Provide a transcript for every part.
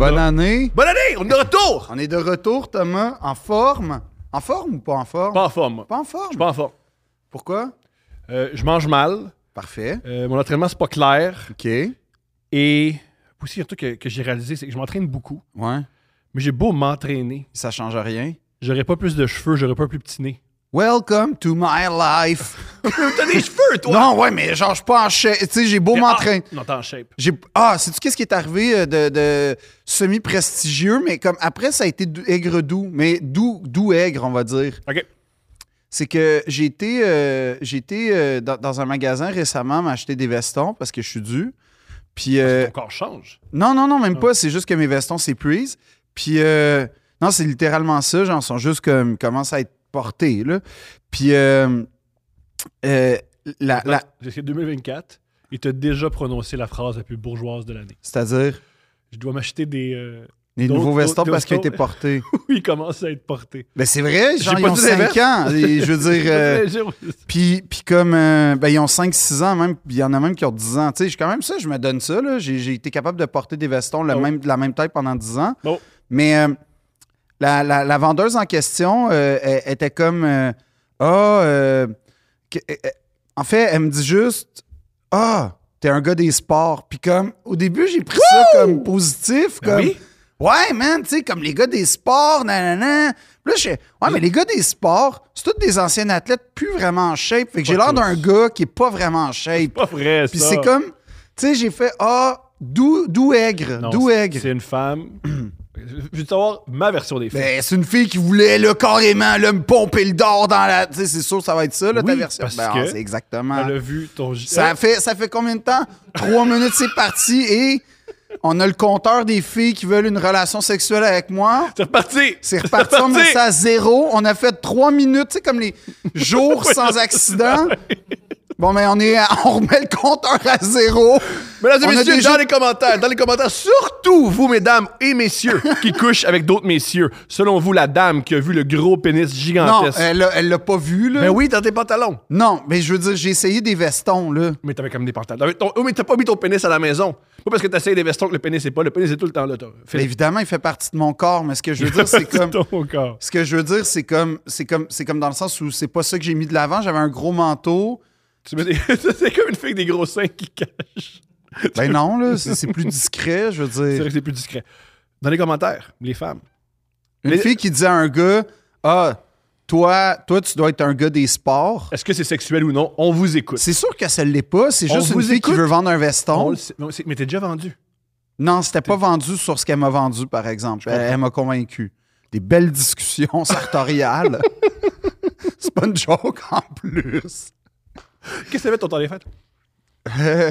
année. Bonne année, on est de retour! On est de retour, Thomas, en forme. En forme ou pas en forme? Pas en forme, moi. Pas en forme. Je suis pas en forme. Pourquoi? Euh, je mange mal. Parfait. Euh, mon entraînement, c'est pas clair. OK. Ouais. Et aussi, un truc que, que j'ai réalisé, c'est que je m'entraîne beaucoup. Mais j'ai beau m'entraîner. Ça change rien. J'aurais pas plus de cheveux, j'aurais pas plus petit nez. Welcome to my life. T'as des cheveux, toi! non, ouais, mais genre, je suis pas en shape. Tu sais, j'ai beau T'es- m'entraîner. Ah, non, t'es en shape. J'ai... Ah, sais-tu qu'est-ce qui est arrivé euh, de, de semi-prestigieux, mais comme après, ça a été dou- aigre-doux, mais doux-aigre, on va dire. OK. c'est que j'ai été, euh, j'ai été euh, dans, dans un magasin récemment m'acheter des vestons parce que je suis dû. Puis euh, Ton corps change. non, non, non, Ah. même pas. C'est juste que mes vestons s'épuisent. Puis euh, non, c'est littéralement ça. Genre, ils sont juste comme ils commencent à être portés là. Puis euh, euh, la, la- C'est 2024. Il t'a déjà prononcé la phrase la plus bourgeoise de l'année. c'est-à-dire Je dois m'acheter des. euh, les D'autres- nouveaux vestons d'autres parce qu'ils ont été vestons. portés. Oui, il commence à être porté. Ben c'est vrai, genre J'ai ils pas ont dit l'inverse. 5 ans. Et je veux dire. euh, Puis, puis comme, euh, ben, ils ont 5-6 ans, même, puis il y en a même qui ont 10 ans. Tu sais, je- quand même ça, je me donne ça. là. J'ai, j'ai été capable de porter des vestons le Oh. même, de la même taille pendant 10 ans. Bon. Mais euh, la, la- la vendeuse en question euh, elle- elle était comme, euh, ah, euh, que- euh, euh, en fait, elle me dit juste, ah, t'es un gars des sports. Puis comme, au début, j'ai pris ça comme positif. Ben Comme, oui. Ouais, man, tu sais, comme les gars des sports, nanana. Puis là, je fais, ouais, mais les gars des sports, c'est tous des anciens athlètes plus vraiment en shape. Fait que j'ai Pas l'air tous. d'un gars qui est pas vraiment en shape. Pas vrai, ça. Puis c'est comme, tu sais, j'ai fait, ah, doux, doux aigre, Non, doux c'est- aigre. C'est une femme. Je veux savoir ma version des faits. Ben, c'est une fille qui voulait, là, carrément, là, me pomper le dor dans la. Tu sais, c'est sûr, ça va être ça, là, ta Oui, version. parce Ben, que- ah, c'est exactement. Elle a vu ton Hein? gi- Ça fait, ça fait combien de temps? Trois minutes, c'est parti et. On a le compteur des filles qui veulent une relation sexuelle avec moi. C'est reparti! C'est reparti, on met reparti. ça à zéro. On a fait trois minutes, tu sais, comme les jours sans accident. Bon, mais on, est, à- on remet le compteur à zéro. Mesdames et On a messieurs, déjà- dans les commentaires, dans les commentaires, surtout vous, mesdames et messieurs, qui couchent avec d'autres messieurs. Selon vous, la dame qui a vu le gros pénis Non, euh, gigantesque. elle l'a- elle l'a pas vu, là. Ben oui, dans tes pantalons. Non, mais je veux dire, j'ai essayé des vestons, là. Mais t'avais comme des pantalons. Ton- Oh, mais t'as pas mis ton pénis à la maison. Pas parce que t'essayes des vestons que le pénis est pas. Le pénis est tout le temps là. t'as- Mais Fais- évidemment, il fait partie de mon corps, mais ce que je veux dire, c'est comme. ton corps. Ce que je veux dire, c'est comme, c'est comme, c'est comme dans le sens où c'est pas ça que j'ai mis de l'avant. J'avais un gros manteau. Tu me dis- c'est comme une fille avec des gros seins qui cache. Ben non, là, c'est c'est plus discret, je veux C'est dire. vrai que c'est plus discret. Dans les commentaires, les femmes. Une Mais- fille qui dit à un gars, ah, toi, toi, tu dois être un gars des sports. Est-ce que c'est sexuel ou non? On vous écoute. C'est sûr que ça l'est pas. C'est On juste une vous fille écoute. qui veut vendre un On veston. le sait. Non, c'est- Mais t'es déjà vendu. Non, c'était pas vendu sur ce qu'elle m'a vendu, par exemple. Elle, elle m'a convaincu. Des belles discussions sartoriales. C'est pas une joke en plus. Qu'est-ce que t'avais de ton temps des fêtes? Euh,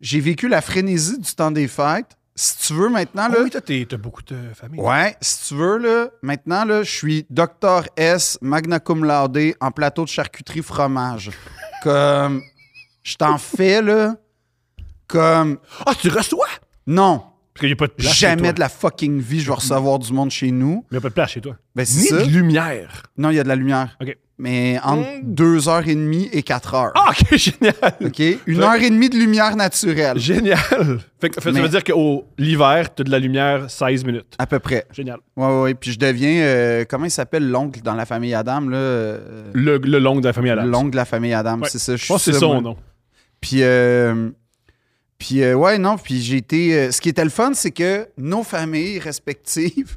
J'ai vécu la frénésie du temps des fêtes. Si tu veux maintenant, là. Ah oui, toi, t'es- t'as beaucoup de famille. Ouais, si tu veux, là, maintenant, là, je suis docteur S, magna cum laude, en plateau de charcuterie fromage. Comme, je t'en fais, là, comme, Ah, tu reçois? non, Parce qu'il n'y a pas de place. Jamais chez toi. de la fucking vie, je vais recevoir du monde chez nous. Il n'y a pas de place chez toi. Ben, c'est Ni ça. de lumière. Non, il y a de la lumière. OK. Mais entre Mm. 2h30 et 4h. Ah, OK, génial. OK? Une Ouais. heure et demie de lumière naturelle, Génial. Fait que fait que ça Mais- veut dire qu'au l'hiver, t'as de la lumière 16 minutes. à peu près. Génial. Ouais, ouais, ouais. Puis je deviens, euh, comment il s'appelle l'oncle dans la famille Adam, là? euh, Le, le long de la famille à l'âge. l'oncle de la famille Adam, Ouais. c'est ça. Je pense que c'est suis son moi. nom. Puis, euh, puis euh, ouais, non, puis j'ai été... euh, ce qui était le fun, c'est que nos familles respectives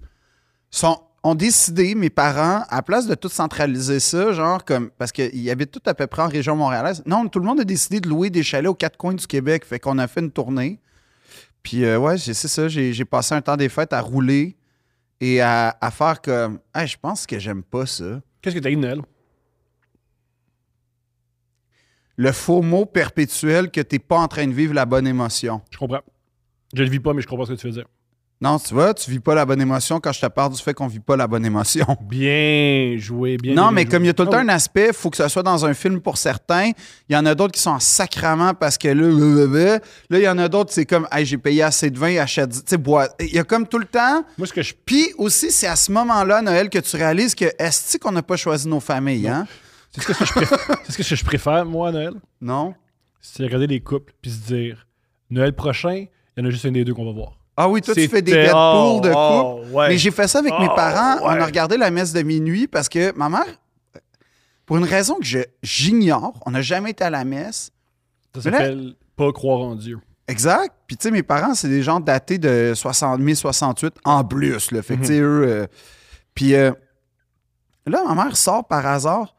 sont, ont décidé, mes parents, à place de tout centraliser ça, genre comme... Parce qu'ils habitent tout à peu près en région montréalaise. Non, tout le monde a décidé de louer des chalets aux quatre coins du Québec. Fait qu'on a fait une tournée. Puis euh, ouais, j'ai- c'est ça, j'ai j'ai passé un temps des fêtes à rouler et à, à faire comme... Hey, je pense que j'aime pas ça. Qu'est-ce que t'as eu de Noël? Le faux mot perpétuel que t'es pas en train de vivre la bonne émotion. Je comprends. Je le vis pas, mais je comprends ce que tu veux dire. Non, tu vois, tu vis pas la bonne émotion quand je te parle du fait qu'on vit pas la bonne émotion. Bien joué, bien Non, bien mais joué. comme il y a Oh. tout le Ah temps oui. un aspect, il faut que ça soit dans un film pour certains. Il y en a d'autres qui sont en sacrament parce que là, blablabla. là, il y en a d'autres, c'est comme, hey, j'ai payé assez de vin, achète, tu sais, bois. Il y a comme tout le temps. Moi, ce que je. Puis aussi, c'est à ce moment-là, Noël, que tu réalises que est-ce qu'on n'a pas choisi nos familles, hein? C'est ce que je préfère, c'est ce que je préfère, moi, à Noël. Non? C'est regarder les couples puis se dire Noël prochain, il y en a juste un des deux qu'on va voir. Ah oui, toi, tu fais des C'était- Deadpool oh, de couple. oh, ouais. Mais j'ai fait ça avec mes Oh, parents. On ouais. a regardé la messe de minuit parce que ma mère, euh, pour une raison que je- j'ignore, on n'a jamais été à la messe. Ça Mais là- s'appelle pas croire en Dieu. Exact. Puis, tu sais, mes parents, c'est des gens datés de 60 1068 en plus. Là. Fait que, tu Mhm. sais, eux. euh, Puis euh, là, ma mère sort par hasard,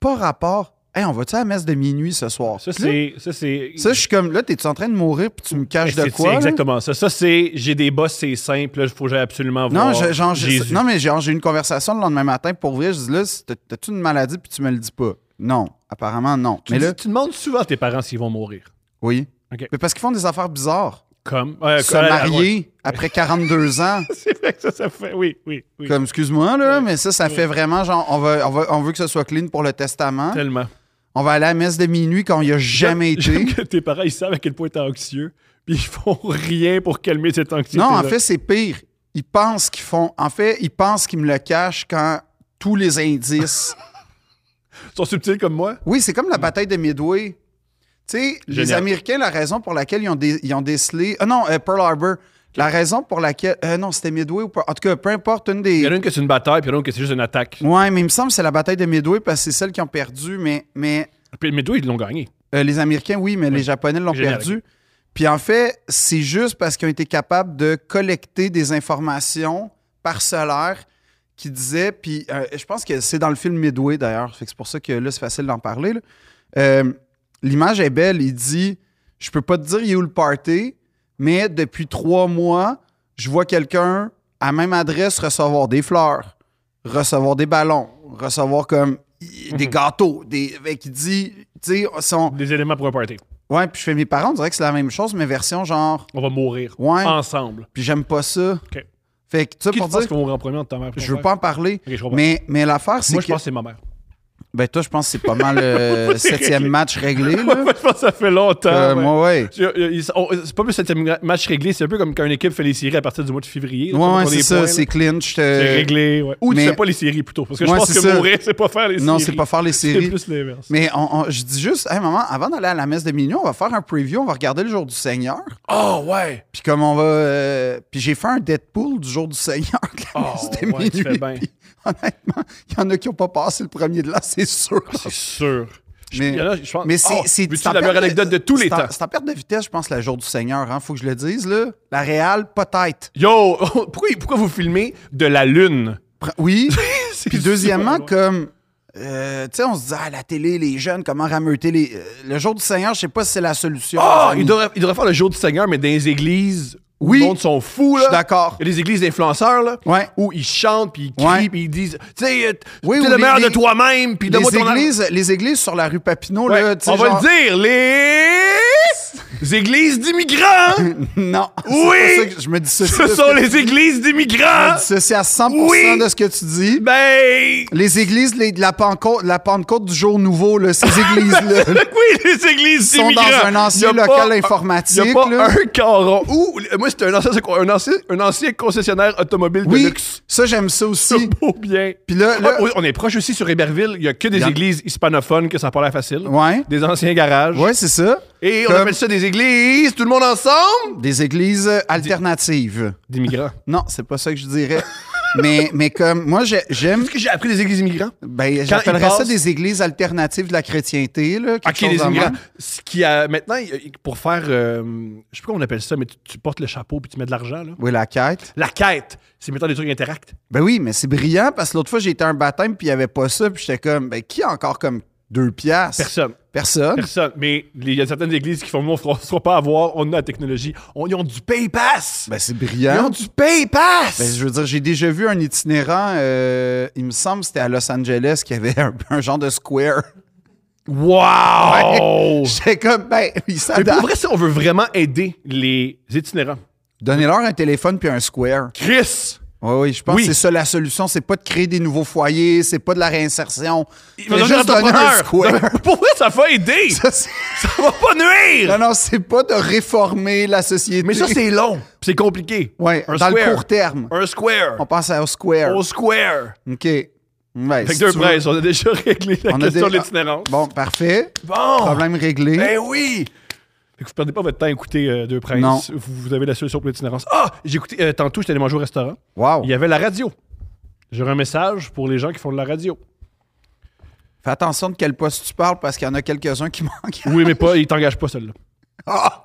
pas rapport. Hey, on va-tu à la messe de minuit ce soir? Ça, Puis là, c'est. Ça, c'est. ça, je suis comme, là, t'es-tu en train de mourir puis tu me caches de C'est- quoi? C'est là? exactement ça. Ça, c'est. J'ai des boss, c'est simple. Il faut que j'aille absolument voir. Non, je- genre, je- Jésus. non, mais genre, j'ai eu une conversation le lendemain matin pour vrai. Je dis là, c'est- t'as-tu une maladie puis tu me le dis pas? Non, apparemment non. tu, mais dis- là, tu demandes souvent à tes parents s'ils vont mourir. oui. Ok. Mais parce qu'ils font des affaires bizarres. Comme. euh, Se comme- marier après 42 ans, C'est vrai que ça, ça fait. Oui, oui, oui. comme excuse-moi, là, mais ça, ça Oui. fait vraiment genre, on, va, on, va- on veut que ce soit clean pour le testament. Tellement. On va aller à la messe de minuit quand il n'y a jamais J'aime- été. j'aime que tes parents, ils savent à quel point t'es anxieux, puis ils font rien pour calmer cette anxiété. Non, en fait, c'est pire. Ils pensent qu'ils font. En fait, ils pensent qu'ils me le cachent quand tous les indices Ils sont subtils comme moi. Oui, c'est comme la bataille de Midway. Tu sais, les Mm. Génial. Américains, la raison pour laquelle ils ont, dé- ils ont décelé. Ah non, euh, Pearl Harbor. La raison pour laquelle. euh, non, c'était Midway ou pas. En tout cas, peu importe, une Il y en a des. une que c'est une bataille, puis il y en a une que c'est juste une attaque. Ouais, mais il me semble que c'est la bataille de Midway parce que c'est celle qui ont perdu, mais, mais Puis, mais toi, ils l'ont gagné. euh, les Américains, oui, mais les Japonais l'ont Génial, perdu. Puis en fait, c'est juste parce qu'ils ont été capables de collecter des informations parcellaires qui disaient, puis euh, je pense que c'est dans le film Midway d'ailleurs, fait que c'est pour ça que là, c'est facile d'en parler. là. Euh, L'image est belle, il dit, je peux pas te dire il est où le party, mais depuis trois mois, je vois quelqu'un à même adresse recevoir des fleurs, recevoir des ballons, recevoir comme i- des gâteaux, des... Fait qu'il dit, tu sais, son... Des éléments pour un party. Ouais, puis je fais mes parents, on dirait que c'est la même chose, mais version genre, On va mourir. ouais, Ensemble. puis j'aime pas ça. Ah. OK. Fait que ça Qui pour tu penses dire, qu'on va en premier entre ta mère et ton je veux père? pas en parler, Ok, je comprends. mais, mais l'affaire, c'est Moi, que. je pense que c'est ma mère. Ben, toi, je pense que c'est pas mal le c'est septième réglé. match réglé, Moi, là. je pense que ça fait longtemps. Euh, ouais. Moi, ouais. Je- euh, ils- on- C'est pas plus septième match réglé, c'est un peu comme quand une équipe fait les séries à partir du mois de février. Ouais, là, ouais, pour c'est des ça, points, là. c'est clinch. euh, C'est réglé. ouais. Ou mais- tu fais pas les séries plutôt. Parce que Ouais, je pense c'est que ça. mourir, c'est pas faire les séries. Non, c'est pas faire les C'est séries. plus l'inverse. Mais on- on- je dis juste, hey, maman, avant d'aller à la messe de minuit, on va faire un preview, on va regarder le jour du Seigneur. Ah, Oh, ouais. Puis comme on va. euh, puis j'ai fait un Deadpool du jour du Seigneur de la Oh, messe de ouais, tu fais minuit. bien. Puis, honnêtement, il y en a qui n'ont pas passé le premier de là, c'est sûr. Ah, C'est sûr. Je- Mais- il y en a, je pense- Mais c'est Oh, c'est- veux-tu c'est en la meilleure perte anecdote de tous les c'est en- temps. C'est en perte de vitesse, je pense, le jour du Seigneur. Hein, faut que je le dise, là. La Réal, peut-être. Yo, pourquoi, pourquoi vous filmez de la lune? Pre- Oui. Puis deuxièmement, super comme. euh, tu sais, on se dit, ah, la télé, les jeunes, comment rameuter les. euh, le jour du Seigneur, je sais pas si c'est la solution. Oh, les amis. il devrait, il devrait faire le jour du Seigneur, mais dans les églises, où Oui. le monde sont fous, Je là. suis d'accord. Il y a des églises d'influenceurs, là. Ouais. Où ils chantent, puis ils crient, Ouais. puis ils disent, tu sais, euh, t- Oui, t'es ou le les- meilleur les- de toi-même, puis donne-moi Les ton âme. églises, les églises sur la rue Papineau, Ouais, là, tu sais, on va le genre- dire, les églises d'immigrants. Non. c'est Oui. pas ça que je me dis ça. Ce sont les églises d'immigrants. Ceci à 100% Oui. de ce que tu dis. Ben, Les églises les- de la Pentecôte, la Pentecôte du jour nouveau, là, ces églises-là. oui, les églises Ils sont d'immigrants. dans un ancien Y a local pas un- informatique, y a pas là. un caron. Ouh, moi, c'était un ancien, un, ancien, un ancien concessionnaire automobile de Oui, luxe. ça, j'aime ça aussi. Beau bien. Puis là, là- Ah, oui, on est proche aussi sur Héberville. Il y a que des Y en- églises hispanophones que ça n'a pas l'air facile. Ouais. Des anciens garages. Ouais, c'est ça. Et on Comme- appelle ça des églises, tout le monde ensemble. Des églises euh, alternatives. D'immigrants. Non, c'est pas ça que je dirais. mais, mais comme moi, j'ai- j'aime. Qu'est-ce que j'ai appris des églises immigrants? Ben, Quand j'appellerais ils ça passent- des églises alternatives de la chrétienté, là. quelque Ok, chose les de immigrants. même. Ce qui a maintenant, il y a- pour faire, euh, je sais pas comment on appelle ça, mais tu, tu portes le chapeau puis tu mets de l'argent là. Oui, la quête. La quête, c'est mettant des trucs interacts. Ben oui, mais c'est brillant parce que l'autre fois, j'ai été à un baptême puis il n'y avait pas ça. Puis j'étais comme, ben qui a encore comme deux piastres? Personne, Personne. personne. Mais les- il y a certaines églises qui font, nous, on ne fera pas avoir, on a la technologie, on, ils ont du PayPass. Ben c'est ils ont brillant. du PayPass. Ben, je veux dire, j'ai déjà vu un itinérant, euh, il me semble que c'était à Los Angeles, qui avait un, un genre de square. wow. J'étais comme, ben, Oh! Mais il pour s'adapte. vrai, si on veut vraiment aider les itinérants, Donnez-leur un téléphone puis un square. Chris, Oui, oui, je pense Oui. que c'est ça la solution. C'est pas de créer des nouveaux foyers, c'est pas de la réinsertion. il Fais va devenir entrepreneur. square. Pour vrai, ça va aider. Ça, c'est- ça va pas nuire. non, non, c'est pas de réformer la société. Mais ça, c'est long. puis C'est compliqué. Ouais, Un dans square. le court terme. Un square. On pense au square. Au square. OK. Ouais, Fait si que deux tu veux. braises, on a déjà réglé la On a question des- de l'itinérance. Bon, parfait. Bon. Ben Problème réglé. Ben oui. Fait que vous perdez pas votre temps à écouter euh, Deux Princes. Non. Vous, vous avez la solution pour l'itinérance. Ah! J'ai écouté, euh, tantôt, j'étais allé manger au restaurant. Wow. Il y avait la radio. J'aurais un message pour les gens qui font de la radio. Fais attention de quel poste tu parles parce qu'il y en a quelques-uns qui manquent. Oui, mais pas, ils t'engagent pas, celle-là. Ah!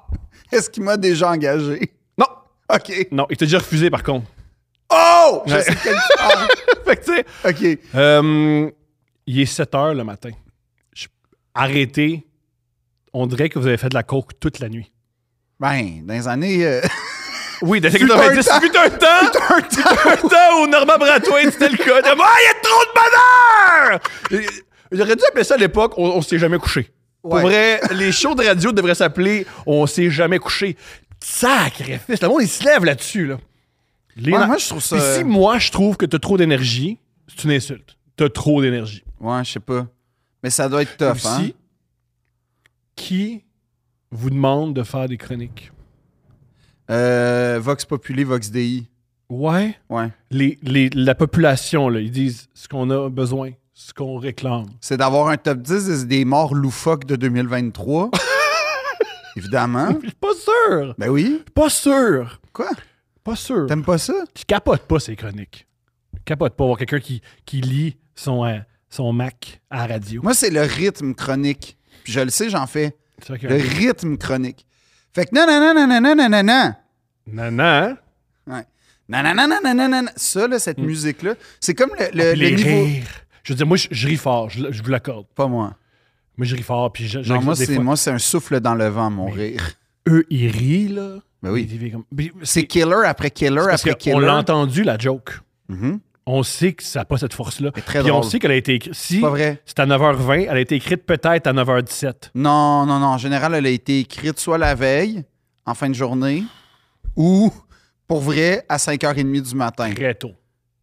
Est-ce qu'il m'a déjà engagé? Non! OK. Non, ils t'ont déjà refusé, par contre. Oh! Je Ouais. sais quel tu parles. fait que, tu sais, OK. Euh, il est 7 heures le matin. Je- Arrêtez. On dirait que vous avez fait de la coke toute la nuit. Ben, dans les années. euh, Oui, de Fut un 90, temps. fut un temps! Fut un temps! où Norman Brathwaite, c'était le cas. De, ah, il y a trop de bonheur! Et- J'aurais dû appeler ça à l'époque, on, on s'est jamais couché. Pour Ouais. vrai, les shows de radio devraient s'appeler On s'est jamais couché. Sacrifice! Le monde, il se lève là-dessus, là. Les- Ouais, moi, je trouve ça- euh, Puis si moi, je trouve que t'as trop d'énergie, c'est une insulte. T'as trop d'énergie. Ouais, je sais pas. Mais ça doit être tough, hein? Aussi, qui vous demande de faire des chroniques? Euh, Vox Populi, Vox DI. Ouais. Ouais. Les, les- la population, là, ils disent ce qu'on a besoin, ce qu'on réclame. C'est d'avoir un top 10 des- des morts loufoques de 2023. Évidemment. Je suis pas sûr. Ben oui. Pas sûr. Quoi? Pas sûr. T'aimes pas ça? Tu capotes pas ces chroniques. Tu capotes pas voir quelqu'un qui, qui lit son, euh, son Mac à la radio. Moi, c'est le rythme chronique. Puis je le sais, j'en fais. C'est vrai Le que- rythme chronique. Fait que non, non, non, non, non, non, non, non, non. Nanan. Ouais. Non, non, non, non, non, non, non, non. Ça, là, cette musique-là, c'est comme le, le- Mm. Ah, Puis Euh, le les niveau. rires. Je veux dire, moi, je, je ris fort. Je, je vous l'accorde. Pas moi. Moi, je ris fort. Puis je, Non, moi, des c'est fois. moi, c'est un souffle dans le vent, mon rire. Eux, ils rient, là. Ben oui. Ils vivent comme- Mais- C'est killer après killer Parce après qu'on killer. l'a entendu, la joke. Mhm. On sait que ça n'a pas cette force-là. C'est très Puis on drôle. sait qu'elle a été écrite. Si C'est pas vrai. c'est à 9h20, elle a été écrite peut-être à 9h17. Non, non, non. En général, elle a été écrite soit la veille, en fin de journée, ou pour vrai, à 5h30 du matin. Très tôt.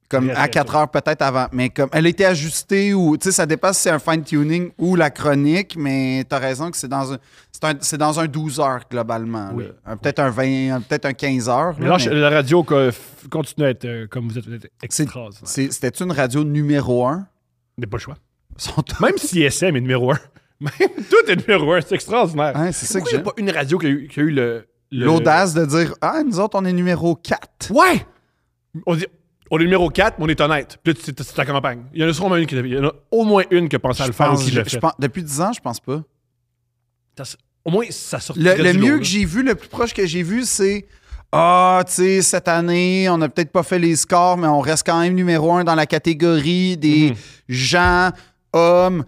Comme très, à très 4h peut-être avant. Mais comme elle a été ajustée ou. Tu sais, ça dépasse si c'est un fine-tuning ou la chronique, mais t'as raison que c'est dans un. C'est, un- c'est dans un 12 heures globalement. là. Oui. Un- peut-être un 20, un- peut-être un 15 heures. Mais là, là, mais la radio co- f- continue à être euh, comme vous êtes, vous êtes C'est- extraordinaire. c'est- c'était une radio numéro 1. Mais pas le choix. Même si SM est numéro 1. Même tout est numéro 1. C'est extraordinaire. Ouais, Hein, c'est ça que Pourquoi il n'y j'aime. a pas une radio qui a eu, qui a eu le, le- L'audace euh, de dire Ah, nous autres, on est numéro 4. Ouais! On dit. On est numéro 4, mais on est honnête. Puis là, c'est c'est ta campagne. Il y en a sûrement une qui l'a fait. Il y en a au moins une qui a pensé à le faire ou qui l'a fait. depuis 10 ans, je pense pas. Ça- Au moins, ça sort Le, le mieux que j'ai vu, le plus proche que j'ai vu, c'est Ah, tu sais, cette année, on n'a peut-être pas fait les scores, mais on reste quand même numéro un dans la catégorie des Mm-hmm. gens, hommes,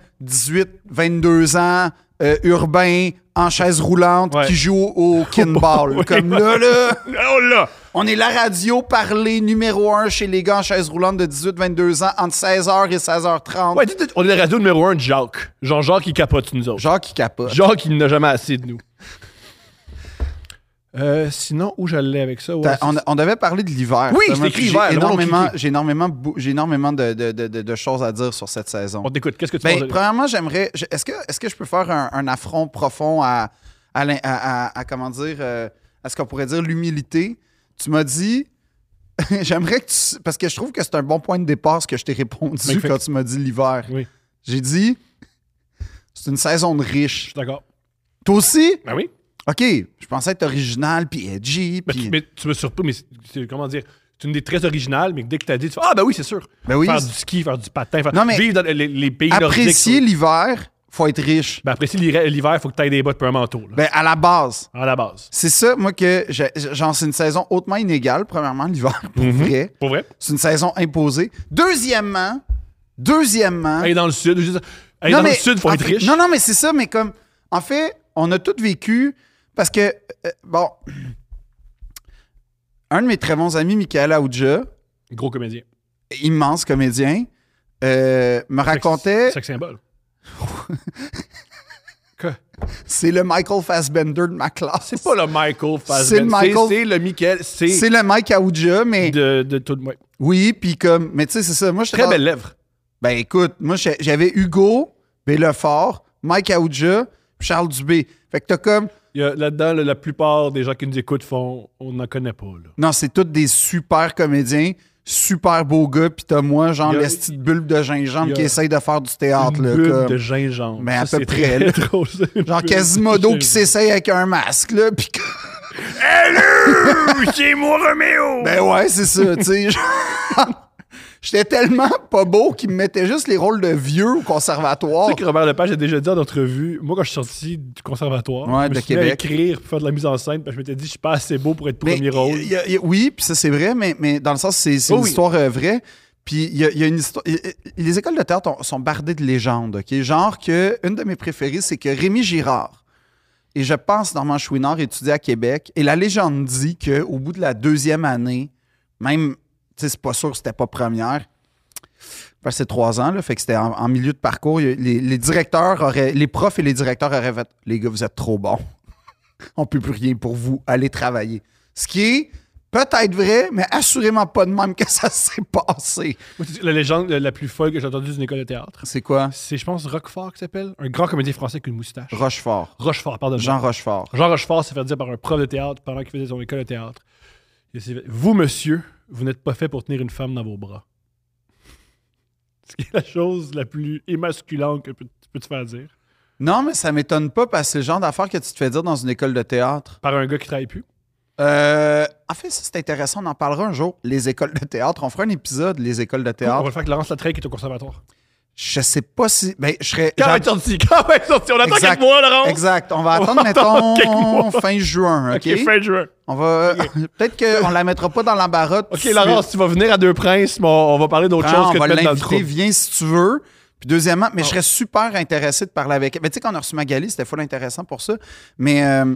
18-22 ans, euh, urbains, en chaise roulante, Ouais. Oh, qui jouent au, au kinball. Oui. Comme là, là, Oh là! on est la radio parlée numéro un chez les gars en chaise roulante de 18-22 ans, entre 16h et 16h30. Ouais, dites- dites- on est la radio numéro un de Jacques. Genre Jacques, il capote sur nous autres. Genre qui capote. Jacques, il n'a jamais assez de nous. Euh, sinon, où j'allais avec ça? Ouais, T'as- c'est- On, on devait parler de l'hiver. Oui, justement, c'est écrit puis hiver, J'ai le monde a énormément, cliqué. j'ai énormément, bou- j'ai énormément de, de- de- de- de choses à dire sur cette saison. On t'écoute. Qu'est-ce que tu Ben, penses de- premièrement, j'aimerais. je- Est-ce que, est-ce que je peux faire un, un affront profond à, à, l'in- à- à- à- comment dire, euh, à ce qu'on pourrait dire l'humilité? Tu m'as dit. j'aimerais que tu. s- Parce que je trouve que c'est un bon point de départ ce que je t'ai répondu Magnifique. quand tu m'as dit l'hiver. Oui. J'ai dit. C'est une saison de Je riches. suis d'accord. Toi aussi? Ben oui. OK. Je pensais être original, puis edgy, Mais, puis. Ben, tu- mais tu me surpris, mais c'est- c'est- comment dire? C'est une des très originales, mais que dès que t'as dit, tu fais Ah, ben oui, c'est sûr. Ben oui, Faire c'est- du ski, faire du patin, faire... Non, mais- vivre dans les, les pays Apprécier nordiques. l'hiver, faut être riche. Ben, apprécier l'hiver- l'hiver, il faut que t'ailles des bottes pour un manteau. Là, Ben, à la base. À la base. C'est ça, moi, que j'ai- genre, c'est une saison hautement inégale, premièrement, l'hiver, pour Mhm. vrai. Pour vrai? C'est une saison imposée. Deuxièmement, deuxièmement. Aller dans le sud. je veux dire, aller dans le sud, faut Hein? en être fait- riche. Non, non, mais c'est ça, mais comme. En fait, on a tous vécu. Parce que, euh, bon. Un de mes très bons amis, Michael Aoudja, Gros comédien. immense comédien, euh, me racontait. Sex symbole. C'est le Michael Fassbender de ma classe. C'est pas le Michael Fassbender. C'est le Michael- C'est le Michael. C'est C'est le Mike Aoudja, mais. de, de tout. ouais. Oui, puis comme. Mais tu sais, c'est ça. Moi, je Très belles lèvres. Ben écoute, moi j'ai- j'avais Hugo, Bellefort, Mike Aoudja, puis Charles Dubé. Fait que t'as comme. Il y a- Là-dedans, là, la plupart des gens qui nous écoutent font on n'en connaît pas. Là. Non, c'est tous des super comédiens, super beau gars, puis t'as moi, genre, Il y a- l'esti de bulbe de gingembre il y a qui essaye de faire du théâtre. là, Une bulle comme- de gingembre. Mais à Ça, peu c'est près, très là. drôle, ça, une Genre bulle de Quasimodo qui gingembre. s'essaye avec un masque, là, pis que- Hello, c'est mon Roméo! Ben ouais, c'est ça, tu sais. genre, J'étais tellement pas beau qu'il me mettait juste les rôles de vieux au conservatoire. Tu sais que Robert Lepage a déjà dit en entrevue, moi quand je suis sorti du conservatoire, Ouais, je me de suis mis à Québec. écrire pour faire de la mise en scène, parce que je m'étais dit, je suis pas assez beau pour être Mais premier rôle. y a- y a- oui, puis ça, c'est vrai, mais, mais dans le sens, c'est c'est Oh une oui. histoire euh, vraie. Puis il y a, il y a une histoire. y- y- Les écoles de théâtre ont- sont bardées de légendes, OK? Genre que une de mes préférées, c'est que Rémi Girard, et je pense Normand Chouinard étudiait à Québec, et la légende dit qu'au bout de la deuxième année, même, tu sais, c'est pas sûr que c'était pas première, parce que c'est trois ans, là, fait que c'était en, en milieu de parcours, il y a- les, les directeurs auraient, les profs et les directeurs auraient fait Les gars, vous êtes trop bons. On peut plus rien pour vous, allez travailler. Ce qui est peut-être vrai, mais assurément pas de même que ça s'est passé. Moi, tu sais, La légende euh, la plus folle que j'ai entendue d'une école de théâtre, C'est quoi? c'est, je pense, Roquefort qui s'appelle, un grand comédien français avec une moustache. Rochefort. Rochefort, pardon. Jean Rochefort. Jean Rochefort s'est fait dire par un prof de théâtre pendant qu'il faisait son école de théâtre. Il s'est fait, vous, monsieur, vous n'êtes pas fait pour tenir une femme dans vos bras. Ce qui est la chose la plus émasculante que peut- tu peux te faire dire. Non, mais ça m'étonne pas parce que c'est le genre d'affaires que tu te fais dire dans une école de théâtre. Par un gars qui travaille plus. Euh, en fait, ça, c'est intéressant, on en parlera un jour. Les écoles de théâtre, on fera un épisode, les écoles de On va le théâtre. faire avec Laurence Latreille qui est au conservatoire. Je sais pas si. Ben, je serais. Quand j'en- est sorti? Quand est sorti? On attend Exact. quelques mois, Laurent! Exact. On va On va attendre, attendre quelques mois. mettons, fin juin. OK? Ok, fin juin. On va. Peut-être qu'on la mettra pas dans l'embarras. tout Ok, de suite. Laurence, tu vas venir à Deux Princes, mais on, on va parler d'autre Prends, chose que Ah, on de va te mettre dans le Ah. l'inviter, trou. viens si tu veux. Puis deuxièmement, mais je serais super intéressé de parler avec elle. Mais tu sais, quand on a reçu Magali, c'était full intéressant pour ça. Mais euh,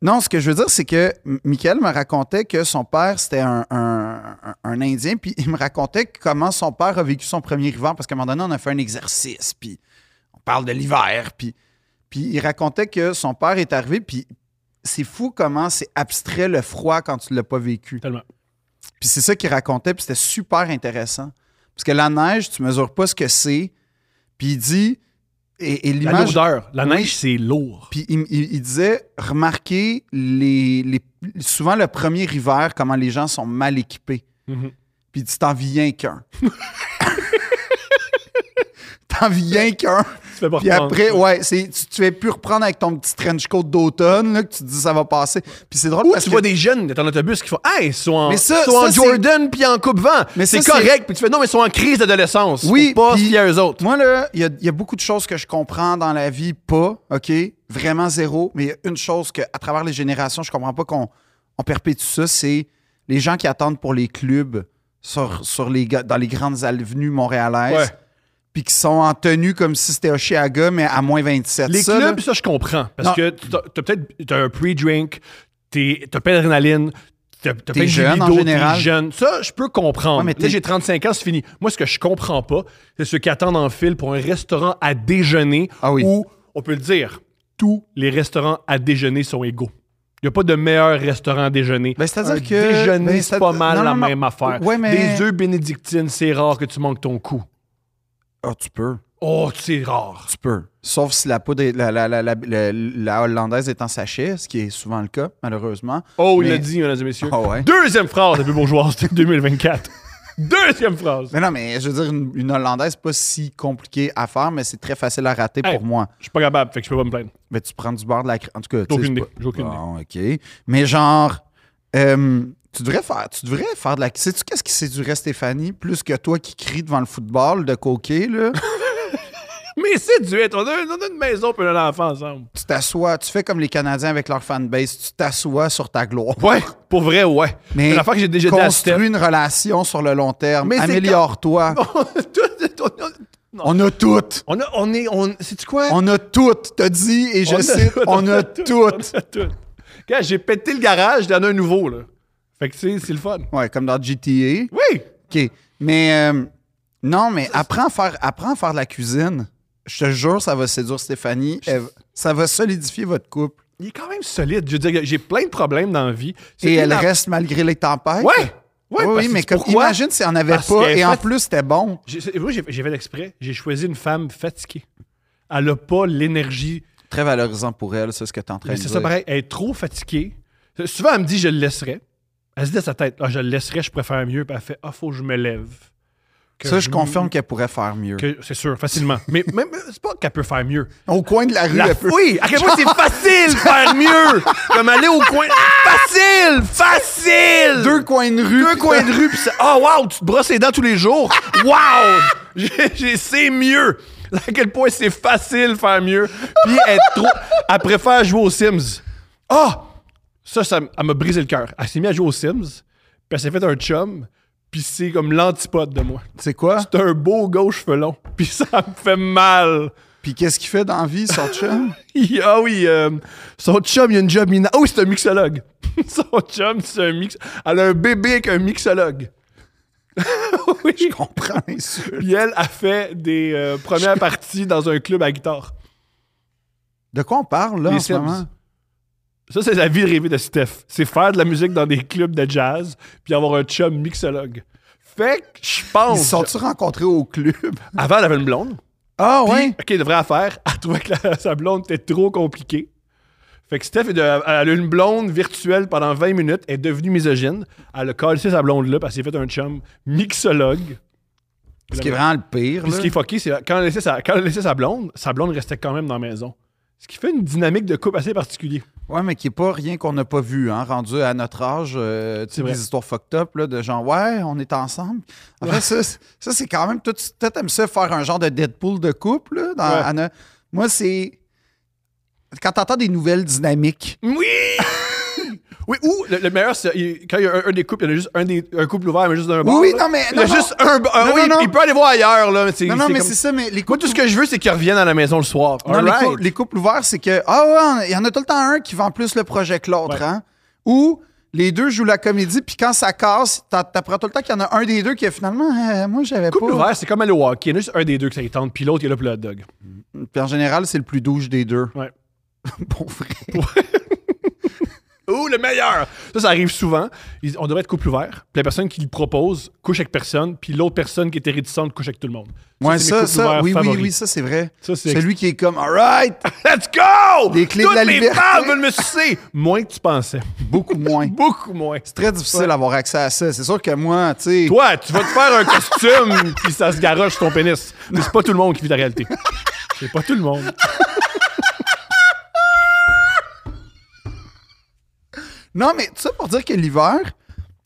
non, ce que je veux dire, c'est que M- Michael me racontait que son père, c'était un, un- un- un Indien, puis il me racontait comment son père a vécu son premier hiver, parce qu'à un moment donné, on a fait un exercice, puis on parle de l'hiver, puis, puis il racontait que son père est arrivé, puis c'est fou comment c'est abstrait le froid quand tu l'as pas vécu. Tellement. Puis c'est ça qu'il racontait, puis c'était super intéressant. Parce que la neige, tu mesures pas ce que c'est. Puis il dit, et, et La l'image... lourdeur. La Oui. neige, c'est lourd. Puis il, il- il disait, remarquez les, les- souvent le premier hiver, comment les gens sont mal équipés. Mhm. Puis il dit, t'en vis rien qu'un. t'en vis rien qu'un. Tu fais pas Puis reprendre. après, ouais, c'est, tu, tu vas plus reprendre avec ton petit trench coat d'automne, là, que tu te dis, ça va passer. Puis c'est drôle Ou parce tu que... vois des jeunes dans autobus qui font Hey, ils sont en, Mais ça- sont en ça, c'est- Jordan puis en Coupe-Vent. Mais C'est ça, c'est- correct. Puis tu fais Non, mais ils sont en crise d'adolescence. Oui, Faut pas puis- se fier à eux autres. Moi, là, il y a, il y a beaucoup de choses que je comprends dans la vie, pas, OK? Vraiment zéro. Mais il y a une chose que, à travers les générations, je comprends pas qu'on on perpétue ça, c'est les gens qui attendent pour les clubs sur, sur les, ga- dans les grandes avenues montréalaises, Ouais. puis qui sont en tenue comme si c'était Oshiaga, mais à moins 27. Les Ça, clubs, là, ça, je comprends. Parce Non. que t'as t'as peut-être t'as un pre-drink, t'es- t'as pas d'adrénaline, t'as t'as pas de jeune, libido, en général. t'es jeune. Ça, je peux comprendre. Ouais, mais Là, t'es- j'ai 35 ans, c'est fini. Moi, ce que je comprends pas, c'est ceux qui attendent en file pour un restaurant à déjeuner Ah oui. où, on peut le dire, tous les restaurants à déjeuner sont égaux. Il n'y a pas de meilleur restaurant à déjeuner. Ben, c'est-à-dire Un que- Déjeuner, ben, c'est c'est- pas mal non, la non, non. même affaire. Ouais, mais- Des œufs bénédictines, c'est rare que tu manques ton coup. ah, tu peux. Oh, c'est rare. Tu peux. Sauf si la poudre, est- la, la, la, la- la- la hollandaise est en sachet, ce qui est souvent le cas, malheureusement. Oh, il Mais- l'a dit, mesdames et messieurs. Ah ouais. Deuxième phrase la plus bourgeoise de 2024. Deuxième phrase. Mais non, mais je veux dire, une, une hollandaise, c'est pas si compliqué à faire, mais c'est très facile à rater Hey. pour moi. Je suis pas capable, fait que je peux pas me plaindre. Mais tu prends du beurre de la crème. En tout cas, J'ai tu sais, aucune c'est idée. J'ai aucune idée. Bon, OK. Mais genre, euh, tu devrais faire, tu devrais faire de la. Sais-tu qu'est-ce qui séduirait Stéphanie plus que toi qui crie devant le football de coquet, là? Mais c'est du être. On a, on a une maison puis on a un enfant ensemble. tu t'assois, tu fais comme les Canadiens avec leur fanbase, tu t'assois sur ta gloire. Ouais, pour vrai, ouais. Mais C'est l'affaire que j'ai déjà dit à Steph. construis une relation sur le long terme. Mais c'est Améliore-toi. Tout- tout- non. On a toutes. On a, on est, on, sais-tu quoi? On a toutes, t'as dit, et je a cite, tout, on a toutes. On a tout. Gars, j'ai pété le garage, j'en ai un nouveau, là. Fait que c'est c'est le fun. Ouais, comme dans GTA. Oui! OK. Mais euh, non, mais apprends à, faire, apprends à faire de la cuisine. Je te jure, ça va séduire Stéphanie. Elle- ça va solidifier votre couple. Il est quand même solide. Je veux dire, j'ai plein de problèmes dans la vie. C'est Et elle énorme. reste malgré les tempêtes. Ouais! Ouais, Oui, parce oui, que mais tu- comme, pourquoi? imagine si on avait Parce pas. qu'elle Et en fait- plus, c'était bon. J'ai- c'est- Moi, j'ai j'ai fait exprès. J'ai choisi une femme fatiguée. Elle a pas l'énergie. Très valorisant pour elle, ça, ce que tu es en train Mais de c'est dire. ça pareil. Elle est trop fatiguée. Souvent, elle me dit je le laisserai. Elle se dit à sa tête, ah, je le laisserai, je préfère mieux. Puis elle fait, ah, faut que je me lève. Que Ça, je confirme qu'elle pourrait faire mieux. que c'est sûr, facilement. Mais même, c'est pas qu'elle peut faire mieux. Au coin de la rue, La elle peut. Oui, à quel point c'est facile de faire mieux. Comme aller au coin. Facile, facile. Deux coins de rue. Deux puis- coins de rue, puis ça. Oh, wow, tu te brosses les dents tous les jours. Wow! J'ai- j'ai- C'est mieux. À quel point c'est facile de faire mieux. Puis être trop. Elle préfère jouer aux Sims. Ah! Ça, ça, m- elle m'a brisé le cœur. Elle s'est mise à jouer aux Sims, puis elle s'est fait un chum, puis c'est comme l'antipode de moi. C'est quoi? C'est un beau gauche felon, puis ça me fait mal. Puis qu'est-ce qu'il fait dans la vie, son chum? Il- Ah oui, euh, son chum, il a une job mina. Oh, c'est un mixologue. son chum, c'est un mix. Elle a un bébé avec un mixologue. oui. Je comprends l'insulte. Puis elle a fait des euh, premières parties dans un club à guitare. De quoi on parle, là, Les en ce Sims. moment? Ça, c'est la vie rêvée de Steph. C'est faire de la musique dans des clubs de jazz, puis avoir un chum mixologue. Fait que je Ils pense. se sont-tu rencontrés au club? Avant, elle avait une blonde. Ah, Puis, ouais? OK, elle devrait la faire. Elle trouvait que la- sa blonde était trop compliquée. Fait que Steph, est de- elle a eu une blonde virtuelle pendant 20 minutes, elle est devenue misogyne. Elle a calcé sa blonde-là, parce qu'elle s'est fait un chum mixologue. Ce qui est vraiment le pire, Puis ce là. qui est fucké, c'est quand elle, laissait sa, quand elle laissait sa blonde, sa blonde restait quand même dans la maison. Ce qui fait une dynamique de couple assez particulière. Ouais, mais qui n'est pas rien qu'on n'a pas vu, hein, rendu à notre âge. euh, tu C'est sais, vrai. des histoires fucked up, là, de genre, ouais, on est ensemble. En fait, ça, c'est- ça, c'est quand même. Toi, tu toi, t'aimes ça faire un genre de Deadpool de couple, là, dans- Ouais. à ne- Moi, c'est. Quand t'entends des nouvelles dynamiques, Oui! oui, ou le, le meilleur, c'est il- quand il y a un, un des couples, il y en a juste un, des, un couple ouvert, mais juste d'un bord. oui, là. non, mais- Ah Il y a non, juste un. un- Non, oui, non, non. Il peut aller voir ailleurs, là. mais c'est- Non, non, c'est mais comme- c'est ça, mais les Moi, couples, tout ce que je veux, c'est qu'ils reviennent à la maison le soir. non, les, Alright. cou- les couples ouverts, c'est que, ah ouais, on- il y en a tout le temps un qui vend plus le projet que l'autre, Ouais. hein? Ou les deux jouent la comédie, puis quand ça casse, t'a- t'apprends tout le temps qu'il y en a un des deux qui est finalement, euh, moi, j'avais Couple pas. ouvert, c'est comme aller au hockey. Il y en a juste un des deux que ça y tente, puis l'autre, il est là pour le hot dog. Puis en général, c'est le plus douche des deux. Ouais. Pour vrai. Ouh, le meilleur! Ça, ça arrive souvent. Ils- on devrait être couple ouvert, puis la personne qui le propose couche avec personne, puis l'autre personne qui était réticente couche avec tout le monde. Ouais, c'est mes ça, couples ça, ouverts oui, oui, favoris. oui, ça, c'est vrai. Ça, c'est Celui qui est comme, all right, Let's go! Les clés de Toutes la mes liberté. femmes veulent me sucer! Moins que tu pensais. beaucoup moins. Beaucoup moins. C'est très difficile d'avoir accès à ça. C'est sûr que moi, tu sais. Toi, tu vas te faire un costume, puis ça se garoche sur ton pénis. Mais c'est pas tout le monde qui vit la réalité. C'est pas tout le monde. Non, mais ça pour dire que l'hiver,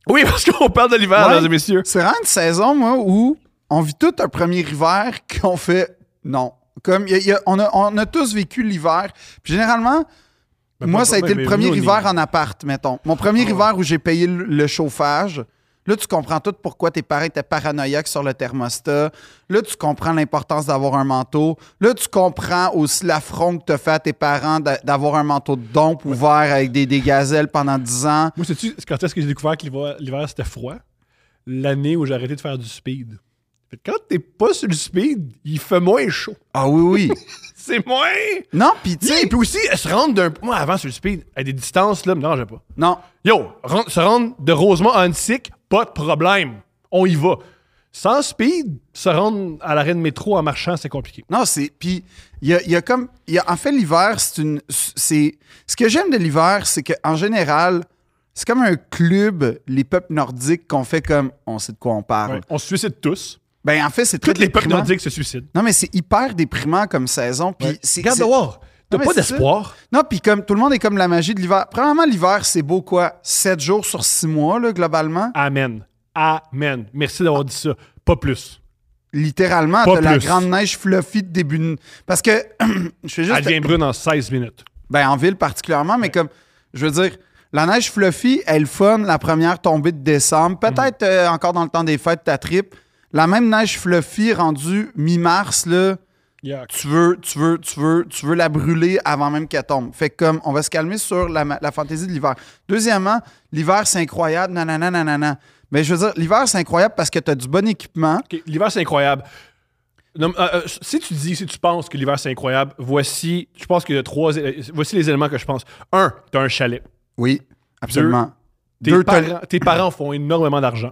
Oui, parce qu'on parle de l'hiver, Ouais. mesdames et messieurs. C'est vraiment une saison, moi, où on vit tout un premier hiver qu'on fait non. Comme il y a- il y a- on, a, on a tous vécu l'hiver. Puis généralement, Ben, Mais moi, Ben, pas- ça a mais- été le mais premier nous, Ah. on est- hiver en appart, mettons. Mon premier hiver où j'ai payé le, le chauffage. Là, tu comprends tout pourquoi tes parents étaient paranoïaques sur le thermostat. Là, tu comprends l'importance d'avoir un manteau. Là, tu comprends aussi l'affront que t'as fait à tes parents d'a- d'avoir un manteau de dompe ouvert avec des, des gazelles pendant 10 ans. Moi, sais-tu quand est-ce que j'ai découvert que l'hiver, l'hiver, c'était froid? L'année où j'ai arrêté de faire du speed. Fait que Quand t'es pas sur le speed, il fait moins chaud. Ah oui, oui. C'est moins... non, puis tu Tu sais, sais, puis aussi, elle se rendre d'un. Moi, avant, sur le speed, à des distances, là, me dérangeait pas. non. Yo, ren- se rendre de Rosemont à Antic, pas de problème. On y va. Sans speed, se rendre à l'arrêt de métro en marchant, c'est compliqué. Non, c'est. Puis, il y a, il y a comme. il y a- en fait, l'hiver, c'est une. c'est Ce que j'aime de l'hiver, c'est qu'en général, c'est comme un club, les peuples nordiques, qu'on fait comme. On sait de quoi on parle. Ouais. On se suicide tous. Ben, en fait, c'est Toutes très les peuples déprimant. nordiques se suicident. Non, mais c'est hyper déprimant comme saison. Puis, c'est. Regarde c'est- dehors. T'as Non, mais pas c'est ça. d'espoir. Non, puis comme tout le monde est comme la magie de l'hiver. Premièrement, l'hiver, c'est beau quoi? 7 jours sur 6 mois, là, globalement. Amen. Amen. Merci d'avoir dit ça. Pas plus. Littéralement, Pas t'as la plus. grande neige fluffy de début. de- Parce que. je fais juste. Elle devient brune en 16 minutes. Ben, en ville particulièrement, mais comme, je veux dire, la neige fluffy, elle fun la première tombée de décembre. Peut-être euh, encore dans le temps des fêtes, ta trip. La même neige fluffy rendue mi-mars, là, tu veux, tu veux, tu veux, tu veux la brûler avant même qu'elle tombe. Fait que comme, on va se calmer sur la, ma- la fantaisie de l'hiver. Deuxièmement, l'hiver, c'est incroyable, nanana, nanana. Mais je veux dire, l'hiver, c'est incroyable parce que tu as du bon équipement. OK, L'hiver, c'est incroyable. Non, mais, euh, euh, si tu dis, si tu penses que l'hiver, c'est incroyable, voici, je pense qu'il y a trois, euh, voici les éléments que je pense. Un, t'as un chalet. Oui, absolument. Tes, Deux, t'as- parents, tes parents font énormément d'argent.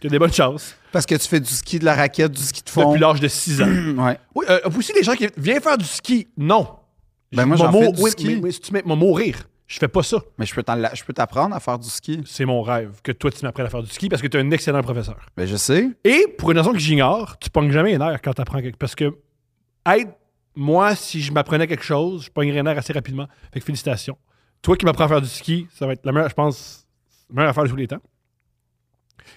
T'as des bonnes chances. parce que tu fais du ski, de la raquette, du ski de fond. Depuis l'âge de 6 ans. Ouais. Oui, euh, aussi les gens qui viennent faire du ski, non. Ben, moi, Je vais j'en fais mou- du oui, ski. Mais, mais si tu mets, moi, mourir. Je Je fais pas ça. Mais je peux t'en- je peux t'apprendre à faire du ski. C'est mon rêve que toi, tu m'apprennes à faire du ski parce que tu es un excellent professeur. Ben, je sais. Et pour une raison que j'ignore, tu pognes jamais les nerfs quand tu apprends quelque Parce que, être moi, si je m'apprenais quelque chose, je pognerais les nerfs assez rapidement. Fait que félicitations. Toi qui m'apprends à faire du ski, ça va être la meilleure, je pense, la meilleure affaire de tous les temps.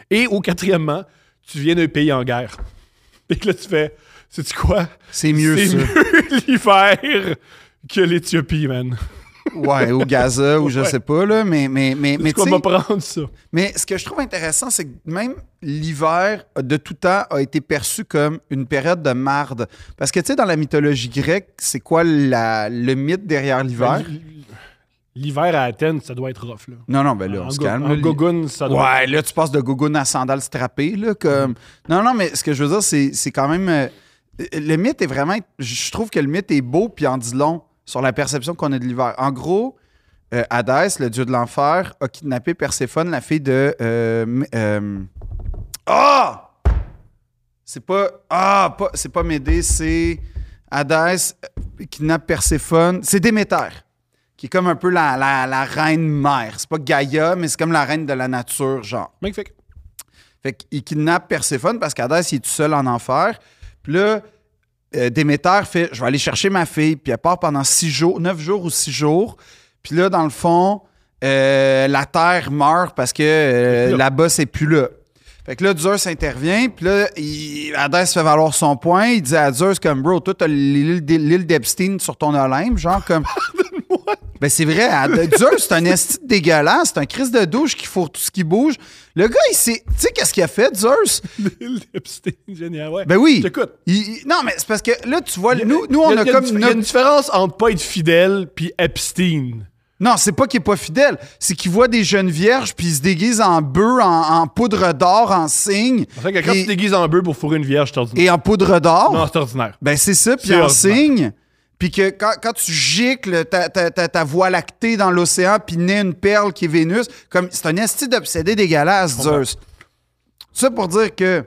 Et au quatrièmement, tu viens d'un pays en guerre. Et que là, tu fais, sais-tu quoi? C'est mieux C'est ça. mieux l'hiver que l'Éthiopie, man. Ouais, ou Gaza, ou je sais pas, là. Mais, mais, mais, mais, Tu tu vas sais- m'apprendre ça. mais ce que je trouve intéressant, c'est que même l'hiver, de tout temps, a été perçu comme une période de marde. Parce que, tu sais, dans la mythologie grecque, c'est quoi la- le mythe derrière l'hiver? Ben, L'hiver à Athènes, ça doit être rough, là. Non, non, ben là, en on se go- calme. en là. gogoune, ça doit Ouais, là, tu passes de gogoon à sandales strappées, là, comme... Non, non, mais ce que je veux dire, c'est, c'est quand même... euh, le mythe est vraiment... Je trouve que le mythe est beau, puis en dit long sur la perception qu'on a de l'hiver. En gros, euh, Hadès, le dieu de l'enfer, a kidnappé Perséphone, la fille de... euh, M- euh, Ah! C'est pas... Ah! Pas, c'est pas Médée, c'est... Hadès euh, kidnappe Perséphone. C'est Déméter qui est comme un peu la, la, la reine mère. C'est pas Gaïa, mais c'est comme la reine de la nature, genre. Magnifique. Fait qu'il kidnappe Perséphone parce qu'Hadès, il est tout seul en enfer. Puis là, euh, Déméter fait Je vais aller chercher ma fille. Puis elle part pendant six jours, neuf jours ou six jours. Puis là, dans le fond, euh, la terre meurt parce que euh, C'est plus là. là-bas, c'est plus là. Fait que là, Zeus intervient, puis là, il, Hadès fait valoir son point. Il dit à Zeus, comme, bro, toi, t'as l'île d'E- l'île d'Epstein sur ton Olympe, genre, comme. Ben c'est vrai, à- Zeus, c'est un esti de dégueulasse, c'est un crise de douche qui fourre tout ce qui bouge. Le gars, il sait. Tu sais qu'est-ce qu'il a fait, Zeus? C'était génial, ouais. Ben oui. J'écoute. Il- il- non, mais c'est parce que là, tu vois, nous, nous Il on y a, il y comme une- Il y a notre- une différence entre pas être fidèle puis Epstein. Non, c'est pas qu'il est pas fidèle, c'est qu'il voit des jeunes vierges, puis il se déguise en bœuf, en, en poudre d'or, en cygne. C'est vrai que quand et, tu te déguises en bœuf pour fourrer une vierge, c'est ordinaire. et en poudre d'or. Non, c'est ordinaire. Ben, c'est ça, puis C'est en ordinaire. signe. Puis que quand, quand tu gicles ta, ta- ta- ta voie lactée dans l'océan, puis naît une perle qui est Vénus, comme c'est un esti d'obsédé dégueulasse, Zeus. Ça pour dire que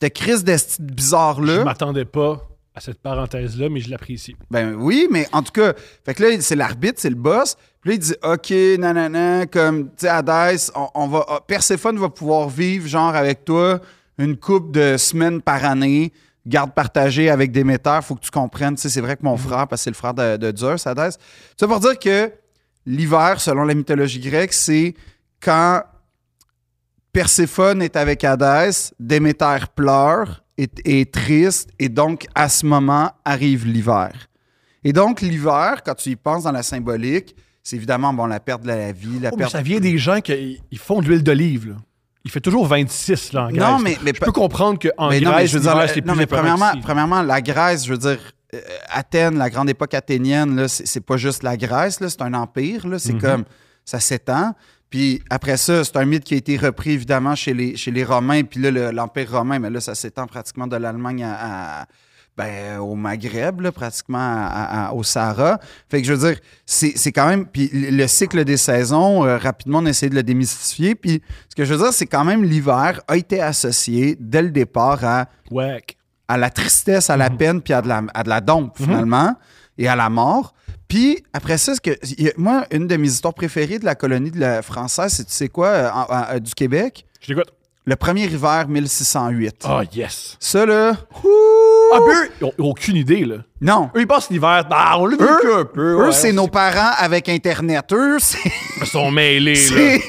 cette crise d'esti Je bizarre-là, m'attendais pas à cette parenthèse-là, mais je l'apprécie. ben oui, mais en tout cas, fait que là, c'est l'arbitre, c'est le boss. Puis là, il dit OK, nanana, comme, tu sais, Hadès, on, on va, ah, Perséphone va pouvoir vivre, genre, avec toi, une coupe de semaines par année, garde partagée avec Déméter. Faut que tu comprennes, tu sais, c'est vrai que mon frère, parce que c'est le frère de, de Zeus, Hadès. Ça pour dire que l'hiver, selon la mythologie grecque, c'est quand Perséphone est avec Hadès, Déméter pleure, est, est triste, et donc à ce moment arrive l'hiver. Et donc l'hiver, quand tu y penses dans la symbolique, c'est évidemment bon, la perte de la vie, la Oh, mais perte. ça vient des gens qui ils font de l'huile d'olive. là. Il fait toujours 26 là, en Grèce. Non, mais- mais je pas- peux comprendre qu'en Mais Grèce, non, mais je veux dire, l'hiver, la- c'est non, plus mais important premièrement, qu'ici. premièrement, la Grèce, je veux dire, euh, Athènes, la grande époque athénienne, là, c'est, c'est pas juste la Grèce, là, c'est un empire, là, c'est comme ça s'étend. Puis après ça, c'est un mythe qui a été repris évidemment chez les, chez les Romains, puis là, le- l'empire romain, mais là, ça s'étend pratiquement de l'Allemagne à, à- ben, au Maghreb, là, pratiquement à- à- au Sahara. Fait que je veux dire, c'est, c'est quand même. Puis le le cycle des saisons, euh, rapidement, on a essayé de le démystifier. Puis ce que je veux dire, c'est quand même l'hiver a été associé dès le départ à Whack. à la tristesse, à la Mhm. peine, puis à de la, à de la dompe, finalement, et à la mort. Puis après ça, ce que, y a- moi, une de mes histoires préférées de la colonie de la française, c'est tu sais quoi, euh, en- en- euh, du Québec, Je t'écoute. le premier hiver 1608. Ah, yes. Ça, là, Ah, puis eux, ils ont- ils ont aucune idée, là. non. Eux, ils passent l'hiver. Ah, on l'a Eux, vécu un peu. eux, ouais, c'est on nos parents avec Internet. Eux, c'est Ils sont mêlés, là. c'est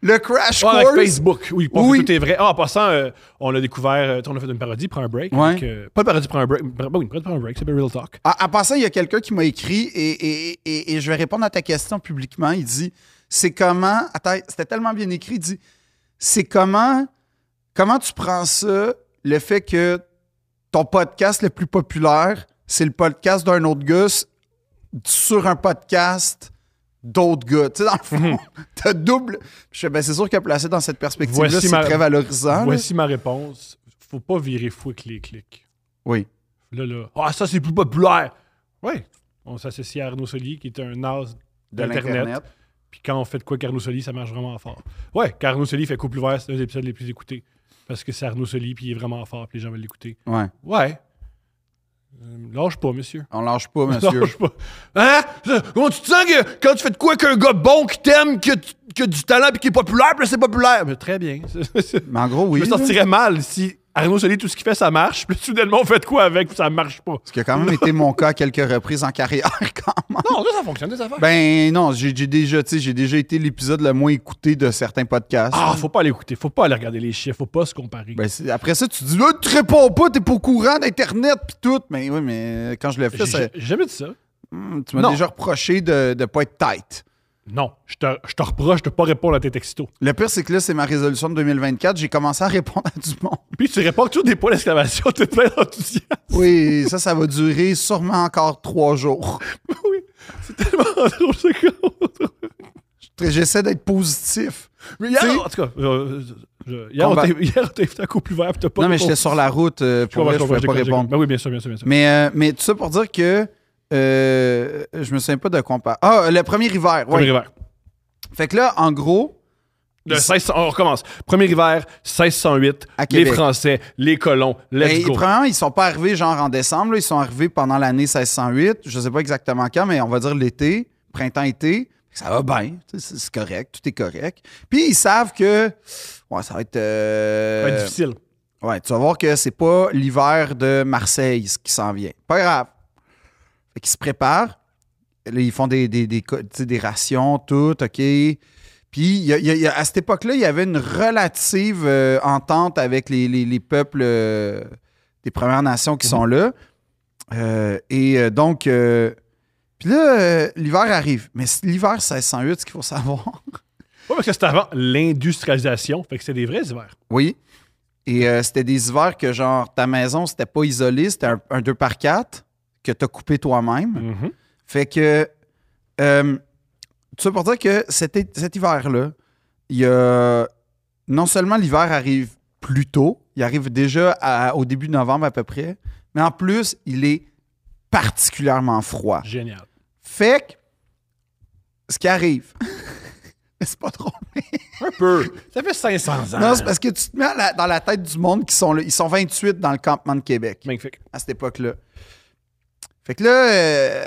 le crash Ouais, course. avec Facebook. Oui, ils pensent Oui. que tout est vrai. Ah, en passant, euh, on a découvert, euh, on a fait une parodie, prends un break. Ouais. avec, euh, pas de parodie, prends un break. Bah oui, prends un break, c'est bien Real Talk. En, en passant, il y a quelqu'un qui m'a écrit et, et- et- et je vais répondre à ta question publiquement. Il dit C'est comment. Attends, c'était tellement bien écrit. Il dit C'est comment. Comment tu prends ça, le fait que ton podcast le plus populaire, c'est le podcast d'un autre gars s- sur un podcast d'autres gars. Tu sais, dans le fond, Mhm. t'as double. Je fais, ben, c'est sûr que placé dans cette perspective-là, Voici c'est ma- très valorisant. Ah, là. Voici ma réponse. Faut pas virer fou avec les clics. Oui. Là, là. Ah, ça, c'est plus populaire. Oui. On s'associe à Arnaud Solier, qui est un as De l'Internet. d'Internet. Puis quand on fait de quoi qu'Arnaud Soli, ça marche vraiment fort. Ouais, quand Arnaud Soli fait Couple ouvert, c'est un des épisodes les plus écoutés. Parce que c'est Arnaud Soli, puis il est vraiment fort, puis les gens veulent l'écouter. Ouais. Ouais. Euh, Lâche pas, monsieur. On lâche pas, monsieur. Lâche pas. Hein? Comment tu te sens que quand tu fais de quoi qu'un gars bon qui t'aime, qui, a du- qui a du talent puis qui est populaire, puis là, c'est populaire? Mais très bien. Mais en gros, Je oui. me là. sentirais mal si Arnaud Soli, tout ce qu'il fait, ça marche. Puis soudainement, on fait de quoi avec, puis ça marche pas. Ce qui a quand même été mon cas à quelques reprises en carrière, quand même. Non, là, ça fonctionne, des affaires. Ben non, j'ai j'ai déjà, tu sais, j'ai déjà été l'épisode le moins écouté de certains podcasts. Ah, faut pas aller écouter, faut pas aller regarder les chiffres, faut pas se comparer. Ben, c'est- après ça, tu dis là, tu te réponds pas, t'es pas au courant d'Internet pis tout. Mais oui, mais quand je l'ai fait, J'ai- ça- J'ai jamais dit ça. Hmm, tu m'as Non. déjà reproché de ne pas être tight. Non, je te, je te reproche de pas répondre à tes textos. Le pire, c'est que là, c'est ma résolution de 2024. J'ai commencé à répondre à du monde. Puis tu réponds toujours des points d'exclamation, t'es plein d'enthousiasme. Oui, ça, ça va durer sûrement encore trois jours. Oui, c'est tellement drôle, c'est con. J'essaie d'être positif. Mais hier, Tu sais- en tout cas, euh, je- hier, on Combat. t'a- hier, on t'a invité à coup plus vert, puis t'as pas non, mais répondu. j'étais sur la route. euh, Tu pour vois, vrai, je je comprends, pouvais pas j'ai- j'ai- répondre. Ben oui, bien sûr, bien sûr, bien sûr. Mais, euh, mais tout ça pour dire que euh, je me souviens pas de compas. Ah, le premier hiver, oui. Premier hiver. Fait que là, en gros, Le 1600 on recommence. Premier hiver, 1608, À les Québec. Français, les colons, let's ben, go. premièrement, ils sont pas arrivés genre en décembre. là. Ils sont arrivés pendant l'année 1608. Je sais pas exactement quand, mais on va dire l'été, printemps-été. Ça va bien. tu sais, C'est c'est correct. Tout est correct. Puis ils savent que ouais, ça va être. euh, Ça va être difficile. Ouais, tu vas voir que c'est pas l'hiver de Marseille ce qui s'en vient. Pas grave. Fait qu'ils se préparent. Là, ils font des, des, des, co- tu sais, des rations, tout, OK. Puis, il y a- il y a- il y a- à cette époque-là, il y avait une relative euh, entente avec les, les- les peuples euh, des Premières Nations qui sont là. Euh, et euh, donc, euh, puis là, euh, l'hiver arrive. Mais c'est l'hiver 1608, ce qu'il faut savoir. Ouais, parce que c'était avant l'industrialisation, fait que c'était des vrais hivers. Oui. Et euh, c'était des hivers que, genre, ta maison, c'était pas isolé, c'était un, 2 par 4 que t'as coupé Mm. toi-même. Mm-hmm. Fait que. euh, tout ça pour dire que cet, é- cet hiver-là, il y a. Non seulement l'hiver arrive plus tôt, il arrive déjà à- au début novembre à peu près, mais en plus, il est particulièrement froid. Génial. Fait que. Ce qui arrive. c'est pas drôle. Un peu. Ça fait 500 ans. Non, c'est parce que tu te mets à la- dans la tête du monde qui sont là. Ils sont 28 dans le campement de Québec Magnifique. à cette époque-là. Fait que là, euh,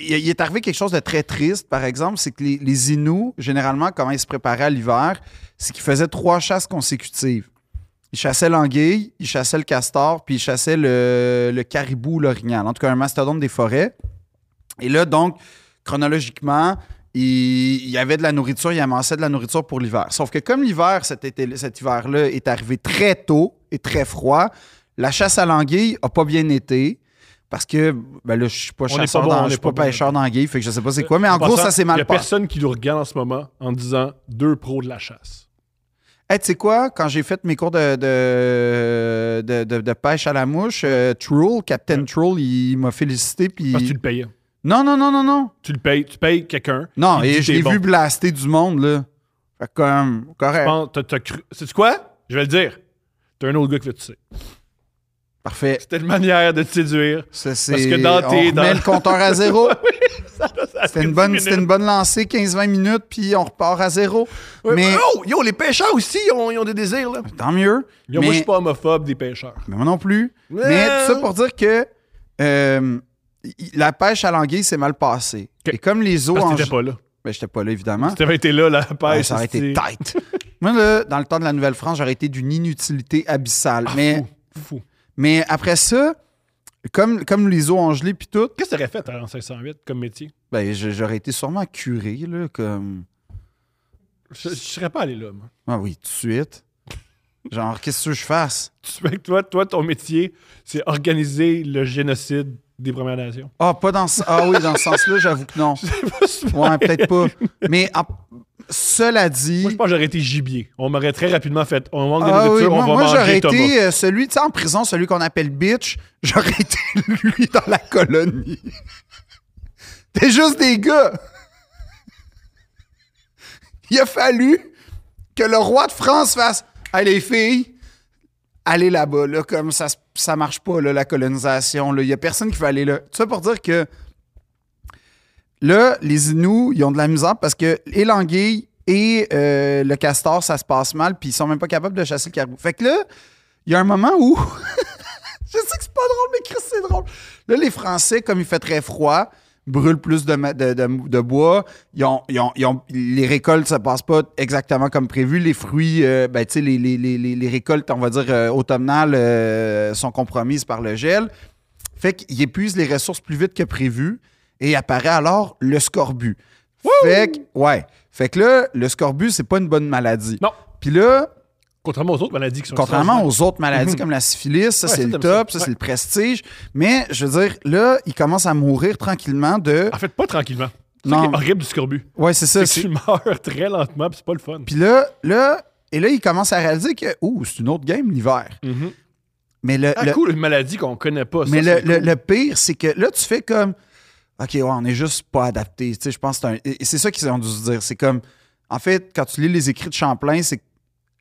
il il est arrivé quelque chose de très triste, par exemple, c'est que les, les Inuits, généralement, comment ils se préparaient à l'hiver, c'est qu'ils faisaient trois chasses consécutives. Ils chassaient l'anguille, ils chassaient le castor, puis ils chassaient le, le caribou ou l'orignal, en tout cas un mastodonte des forêts. Et là, donc, chronologiquement, il il y avait de la nourriture, il amassait de la nourriture pour l'hiver. Sauf que comme l'hiver, cet, été- cet hiver-là, est arrivé très tôt et très froid, la chasse à l'anguille a pas bien été. Parce que ben là, je suis pas n'est chasseur, pas bon, d'an- on je n'est suis pas pas bon. Euh, pêcheur d'anguille, fait que je sais pas c'est quoi, mais en gros, passant, ça s'est Il y a mal passé. personne qui nous regarde en ce moment en disant deux pros de la chasse. Hey, tu sais quoi, quand j'ai fait mes cours de, de, de, de- de pêche à la mouche, euh, Trull, Captain Trull, il m'a félicité. Puis... Parce que tu le payais. Non, non, non, non, non. Tu le payes, tu payes quelqu'un. Non, il et dit je t'es l'ai bon. vu blaster du monde, là. Fait que, comme, correct. Bon, t'as- t'as cru- Sais-tu quoi? Je vais le dire. T'as un autre gars qui veut te tuer. Parfait. C'était une manière de te séduire. Ça, c'est... Parce que dans on tes- remet dans- le compteur à zéro. C'était une, bonne, minutes. c'était une bonne lancée, 15-20 minutes, puis on repart à zéro. Ouais, mais Oh, yo, les pêcheurs aussi, ils ont, ils ont des désirs, là. tant mieux. Yo, mais... Moi, je suis pas homophobe des pêcheurs. Ah! Mais moi non plus. Ouais. Mais tout ça pour dire que euh, y- la pêche à l'anguille s'est mal passée. Ok. Et comme les eaux Parce que en. t'étais pas là. Ben, j'étais pas là, évidemment. Si t'avais été là, la pêche. Ouais, ça aurait été c'était- tight. moi, là, dans le temps de la Nouvelle-France, j'aurais été d'une inutilité abyssale. mais, Fou. mais après ça, comme, comme les eaux engelées puis tout, Qu'est-ce que t'aurais fait en 508 comme métier? ben, je- j'aurais été sûrement curé, là, comme. Je, je serais pas allé là, moi. Ah oui, tout de suite. Genre, qu'est-ce que tu veux que je fasse? Tu sais que toi, toi, ton métier, c'est organiser le génocide des Premières Nations. Ah, pas dans ce... Ah oui, dans ce sens-là, j'avoue que non. Ouais, peut-être pas. Mais en- cela dit. Moi, je pense que j'aurais été gibier. On m'aurait très rapidement fait. On manque Ah de nourriture, oui, on moi, va moi, j'aurais manger Thomas. été euh, celui, tu sais, en prison, celui qu'on appelle bitch, j'aurais été lui dans la colonie. T'es juste des gars. Il a fallu que le roi de France fasse Hey, les filles, allez là-bas, là, comme ça, se- ça marche pas, là, la colonisation, là. Il y a personne qui veut aller là. Tout ça pour dire que Là, les Inuits, ils ont de la misère parce que et l'anguille et euh, le castor, ça se passe mal, puis ils sont même pas capables de chasser le caribou. Fait que là, il y a un moment où. Je sais que c'est pas drôle, mais Chris, c'est drôle. Là, Là, les Français, comme il fait très froid, brûlent plus de, ma- de- de- de bois. Ils ont- ils ont- ils ont- les récoltes, ça passe pas exactement comme prévu. Les fruits, euh, ben, tu sais, les, les- les- les- les récoltes, on va dire, euh, automnales euh, sont compromises par le gel. Fait qu'il épuise les ressources plus vite que prévu et apparaît alors le scorbut. Fait que, ouais. Fait que là, le scorbut, c'est pas une bonne maladie. Non. Puis là, Contrairement aux autres maladies qui sont Contrairement aux autres maladies Mhm. comme la syphilis, ça Ouais, c'est ça, le t'aimes top, ça, ça. c'est Ouais. le prestige. Mais je veux dire, là, il commence à mourir tranquillement de. En fait, pas tranquillement. C'est Non. ça qui est horrible du scorbut. Ouais, c'est ça. C'est Ah. que c'est- tu meurs très lentement, puis c'est pas le fun. Puis là, là, et là, il commence à réaliser que, ouh, c'est une autre game l'hiver. Mhm. Mais le, Ah, le- cool, une maladie qu'on connaît pas. ça, mais le, c'est le- cool. le pire, c'est que là, tu fais comme, OK, ouais, on est juste pas adapté. Tu sais, je pense que c'est un- et- et c'est ça qu'ils ont dû se dire. C'est comme, en fait, quand tu lis les écrits de Champlain, c'est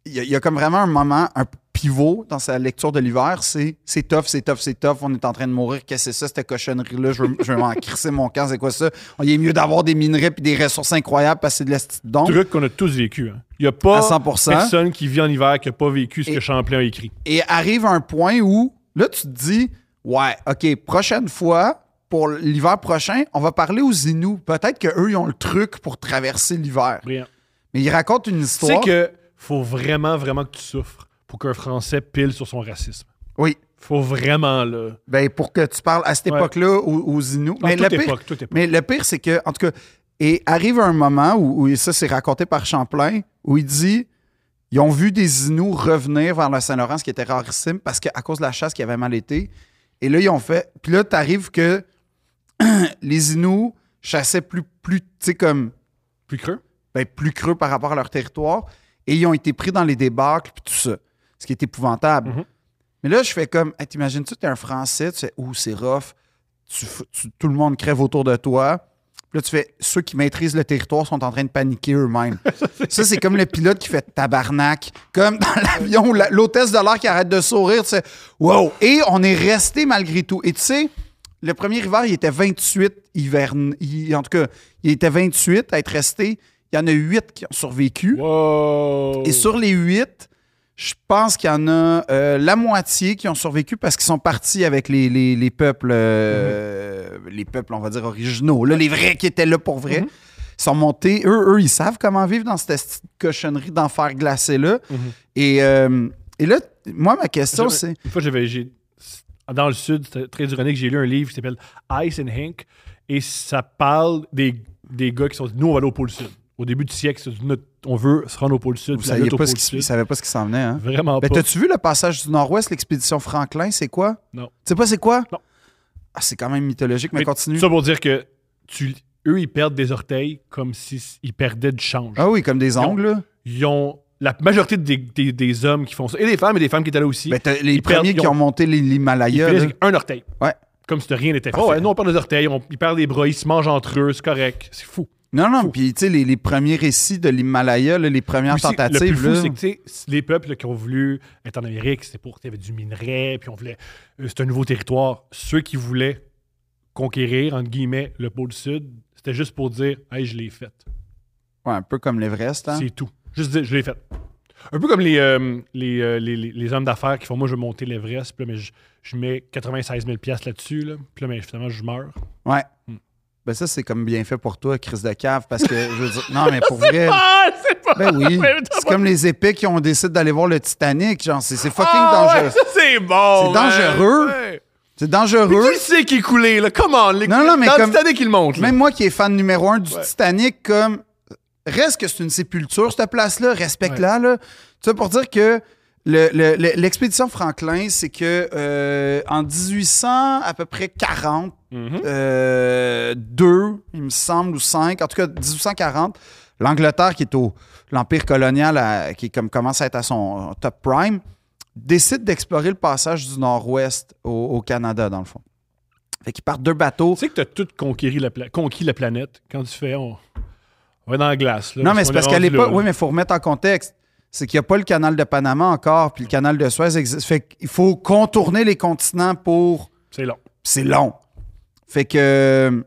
il y, a- il y a comme vraiment un moment, un pivot dans sa lecture de l'hiver, c'est c'est tough, c'est tough, c'est tough, on est en train de mourir, qu'est-ce que c'est ça, cette cochonnerie-là, je veux, je veux m'en crisser mon camp, c'est quoi ça? Il est mieux d'avoir des minerais puis des ressources incroyables, passer de la petite don truc qu'on a tous vécu. hein. Il n'y a à pas 100%. personne qui vit en hiver qui n'a pas vécu ce Et- que Champlain a écrit. Et arrive un point où, là, tu te dis, ouais, OK, prochaine fois, pour l'hiver prochain, on va parler aux Inuits. Peut-être qu'eux, ils ont le truc pour traverser l'hiver. Brillant. Mais ils racontent une Tu sais histoire. que faut vraiment, vraiment que tu souffres pour qu'un Français pile sur son racisme. Oui. Faut vraiment, là. Ah, Ben, pour que tu parles à cette Ouais. époque-là aux, aux Inuits. À Mais le toute pire, époque, toute époque. Mais le pire, c'est que, en tout cas, et arrive un moment où, où- et ça, c'est raconté par Champlain, où il dit ils ont vu des Inuits revenir vers le Saint-Laurent, ce qui était rarissime, parce qu'à cause de la chasse qui avait mal été. Et là, ils ont fait. Puis là, t'arrives que les Inuits chassaient plus, plus tu sais, comme, Plus creux. ben, plus creux par rapport à leur territoire, et ils ont été pris dans les débâcles, puis tout ça, ce qui est épouvantable. Mhm. Mais là, je fais comme, Hey, t'imagines-tu, t'es un Français, tu fais, ouh, c'est rough, tu f- tu- tout le monde crève autour de toi. Puis là, tu fais, ceux qui maîtrisent le territoire sont en train de paniquer eux-mêmes. ça, c'est comme le pilote qui fait tabarnak. Comme dans l'avion, la- l'hôtesse de l'air qui arrête de sourire, tu sais, wow. Et on est resté malgré tout. Et tu sais, le premier hiver, il était 28 hivern... il- en tout cas, il était 28 à être resté. Il y en a 8 qui ont survécu. Wow. Et sur les huit, je pense qu'il y en a euh, la moitié qui ont survécu parce qu'ils sont partis avec les, les- les peuples, euh, les peuples, on va dire, originaux. Là, les vrais qui étaient là pour vrai. Mhm. Ils sont montés. Eux, eux, ils savent comment vivre dans cette petite cochonnerie d'enfer glacé-là. Mhm. Et, euh, et là, moi, ma question, c'est... Une fois, j'avais. j'ai- Dans le Sud, c'était très ironique, j'ai lu un livre qui s'appelle Ice and Hank et ça parle des, des gars qui sont dit Nous, on va aller au pôle Sud. Au début du siècle, c'est notre- on veut se rendre au pôle Sud. Vous puis la saviez lutte au pas ce pôle qui, Sud. vous savez pas ce qui s'en venait, hein? Vraiment Ben, pas. t'as-tu vu le passage du Nord-Ouest, l'expédition Franklin, c'est quoi? Non. Tu sais pas c'est quoi? Non. Ah, c'est quand même mythologique, mais, Mais continue. Ça pour dire que tu, eux, ils perdent des orteils comme s'ils perdaient du change. Ah oui, comme des ongles, là. Ils ont la majorité des, des- des hommes qui font ça, et des femmes, et des femmes qui étaient là aussi, Ben, t'as les Ils perdent- premiers ils qui ont- ont monté les- ils l'Himalaya. finissent là. avec un orteil. Ouais. Comme si de rien n'était fait. Parfait. Oh, ouais, non, on perd des orteils, on- ils perdent des bras, ils se mangent entre eux, c'est correct. C'est fou. Non, non, puis tu sais, les, les premiers récits de l'Himalaya, là, les premières Puis c'est- tentatives. Le plus là. fou, c'est que tu sais, les peuples qui ont voulu être en Amérique, c'était pour qu'il y avait du minerai, puis on voulait. euh, C'est un nouveau territoire. Ceux qui voulaient conquérir, entre guillemets, le pôle Sud, c'était juste pour dire Hey, je l'ai fait. Ouais, un peu comme l'Everest. hein. C'est tout. Juste dire, je l'ai fait. Un peu comme les, euh, les, euh, les, les- les hommes d'affaires qui font moi, je veux monter l'Everest, puis là, mais je, je mets 96 000 piastres là-dessus, là, puis là, mais finalement, je meurs. Ouais. Hmm. Ben ça, c'est comme bien fait pour toi, Chris de Cave, parce que je veux dire. Non, mais pour vrai. Ah, c'est pas Ben oui. Mais t'as C'est pas- comme les épées qui ont décidé d'aller voir le Titanic. Genre, c'est c'est fucking Ah, ouais, dangereux. Ça, c'est bon! man. C'est dangereux. Ouais. C'est Puis dangereux. tu le sais qu'il est coulé, là. Come on, les Non, non, mais Dans comme- le Titanic, il monte, là. Même moi qui est fan numéro un du Titanic, comme reste que c'est une sépulture, cette place-là, respecte-la. Là. Tu sais, pour dire que le- le- le- l'expédition Franklin, c'est que euh, en 1800, à peu près 40, Mhm. euh, deux, il me semble, ou cinq, en tout cas 1840, l'Angleterre qui est au l'empire colonial, à- qui est comme commence à être à son top prime, décide d'explorer le passage du Nord-Ouest au, au Canada dans le fond. Fait qu'ils partent deux bateaux. Tu sais que t'as tout conquéri la pla- conquis la planète quand tu fais on, on va dans la glace. là, Non, mais c'est qu'on parce est qu'à rendu l'époque, là, oui, là. mais il faut remettre en contexte. C'est qu'il n'y a pas le canal de Panama encore, puis le canal de Suez existe. Fait qu'il faut contourner les continents pour. C'est long. C'est long. Fait que. euh,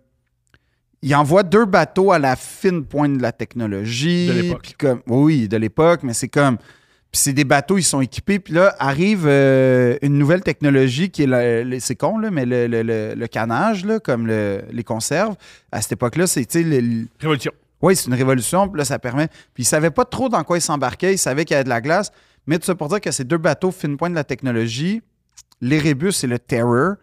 Il envoie deux bateaux à la fine pointe de la technologie. De l'époque. puis comme- oui, de l'époque, mais c'est comme. Puis c'est des bateaux, ils sont équipés. Puis là, arrive euh, une nouvelle technologie qui est, le- le- c'est con, là, mais le, le- le- le canage, là, comme le- les conserves. À cette époque-là, c'est, tu sais, le- le- Révolution. oui, c'est une révolution. Puis là, ça permet. Puis ils savaient pas trop dans quoi ils s'embarquaient. Ils savaient qu'il y avait de la glace. Mais tout ça pour dire que ces deux bateaux fine pointe de la technologie, l'Erebus et le Terror,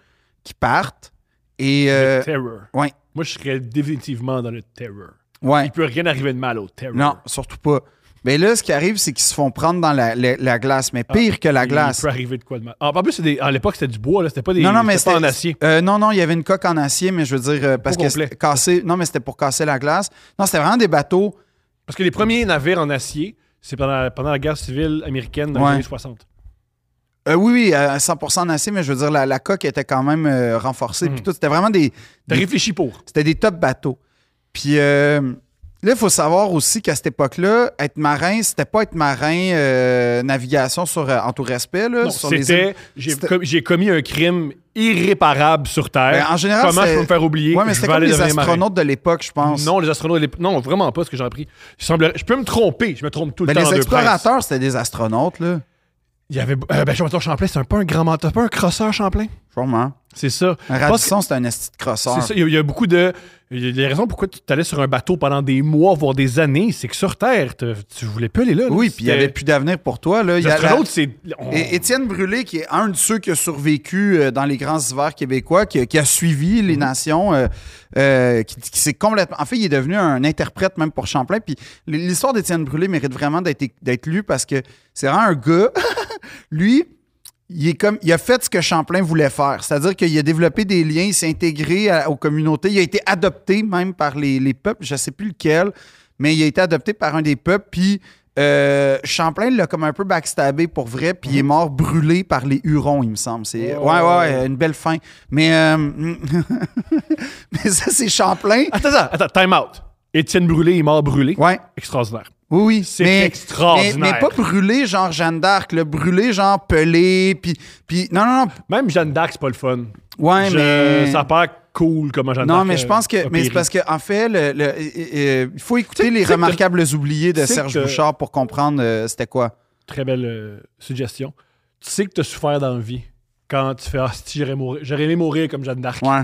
qui partent. Et. euh, terror. ouais, Moi, je serais définitivement dans le terror. ouais. Il peut rien arriver de mal au terror. Non, surtout pas. Mais là, ce qui arrive, c'est qu'ils se font prendre dans la, la- la glace, Ah, mais pire que la Il glace. peut arriver de quoi de mal. Ah, En en plus, c'est des- à l'époque, c'était du bois, là. C'était pas des. Non, non, mais c'était c'était pas en acier. Euh, non, non, il y avait une coque en acier, mais je veux dire, euh, parce que complet. c'était cassé. Non, mais c'était pour casser la glace. Non, c'était vraiment des bateaux. Parce que les premiers navires en acier, c'est pendant, pendant la guerre civile américaine dans Ouais. les années 60. Euh, oui, oui, à 100% en acier, mais je veux dire, la, la coque était quand même euh, renforcée. Mm. Puis tout, c'était vraiment des, T'as des- réfléchi pour. C'était des top bateaux. Puis euh, là, il faut savoir aussi qu'à cette époque-là, être marin, c'était pas être marin euh, navigation sur, euh, en tout respect. Là, Non, sur les îles. C'était. J'ai C'était- com- j'ai commis un crime irréparable sur Terre. Ben, en général, hein, Comment je c'est- peux me faire oublier? Ouais, mais Je c'était vais comme aller les devenir marin. astronautes de l'époque, je pense. Non, les astronautes. les- Non, vraiment pas ce que j'ai appris. Il semblerait- Je peux me tromper. Je me trompe tout Ben, le temps. dans les Deux Presse. explorateurs, c'était des astronautes, là. Il y avait. euh, ben, Jean-Antoine Champlain, c'est un peu un grand menteur. pas un crosseur, Champlain. Sûrement. C'est Un ça. Je pense que- radisson, c'était un esti de crosseur. C'est ça, il y a- il y, a beaucoup de. il y a des raisons pourquoi tu t'allais sur un bateau pendant des mois, voire des années, c'est que sur Terre, te- tu voulais pas aller là. là. Oui, puis il n'y C'était- avait plus d'avenir pour toi, là. Il y Les a la- astronautes, c'est. on- Et Étienne Brûlé, qui est un de ceux qui a survécu euh, dans les grands hivers québécois, qui, a- qui a suivi les nations, euh, euh, qui, qui s'est complètement. En fait, il est devenu un interprète même pour Champlain. Puis l- l'histoire d'Étienne Brûlé mérite vraiment d'être d'être lue parce que c'est vraiment un gars. Lui, il est comme il a fait ce que Champlain voulait faire, c'est-à-dire qu'il a développé des liens, il s'est intégré à- aux communautés, il a été adopté même par les, les peuples, je sais plus lequel, mais il a été adopté par un des peuples, puis euh, Champlain l'a comme un peu backstabé pour vrai, puis il est mort brûlé par les Hurons, il me semble. C'est Mhm. Oh. ouais, ouais, ouais, une belle fin. Mais euh, mais ça c'est Champlain. Attends, attends, attends, time out. Étienne Brûlé est mort brûlé. Ouais. Extraordinaire. Oui, oui. C'est mais- extraordinaire. Mais, mais pas brûlé genre Jeanne d'Arc, le brûlé genre Pelé, puis puis non non non. Même Jeanne d'Arc, c'est pas le fun. Ouais, Je- mais Ça a pas cool comment Jeanne d'Arc. Non, mais je pense que. Mais c'est parce qu'en en fait, le- le- euh, euh, il faut écouter les tu sais que- remarquables oubliés de tu sais Serge que- Bouchard pour comprendre euh, c'était quoi. Très belle euh, suggestion. Tu sais que t'as souffert dans la vie quand tu fais Ah, si j'aurais mouru- j'aurais aimé mourir comme Jeanne d'Arc. Ouais.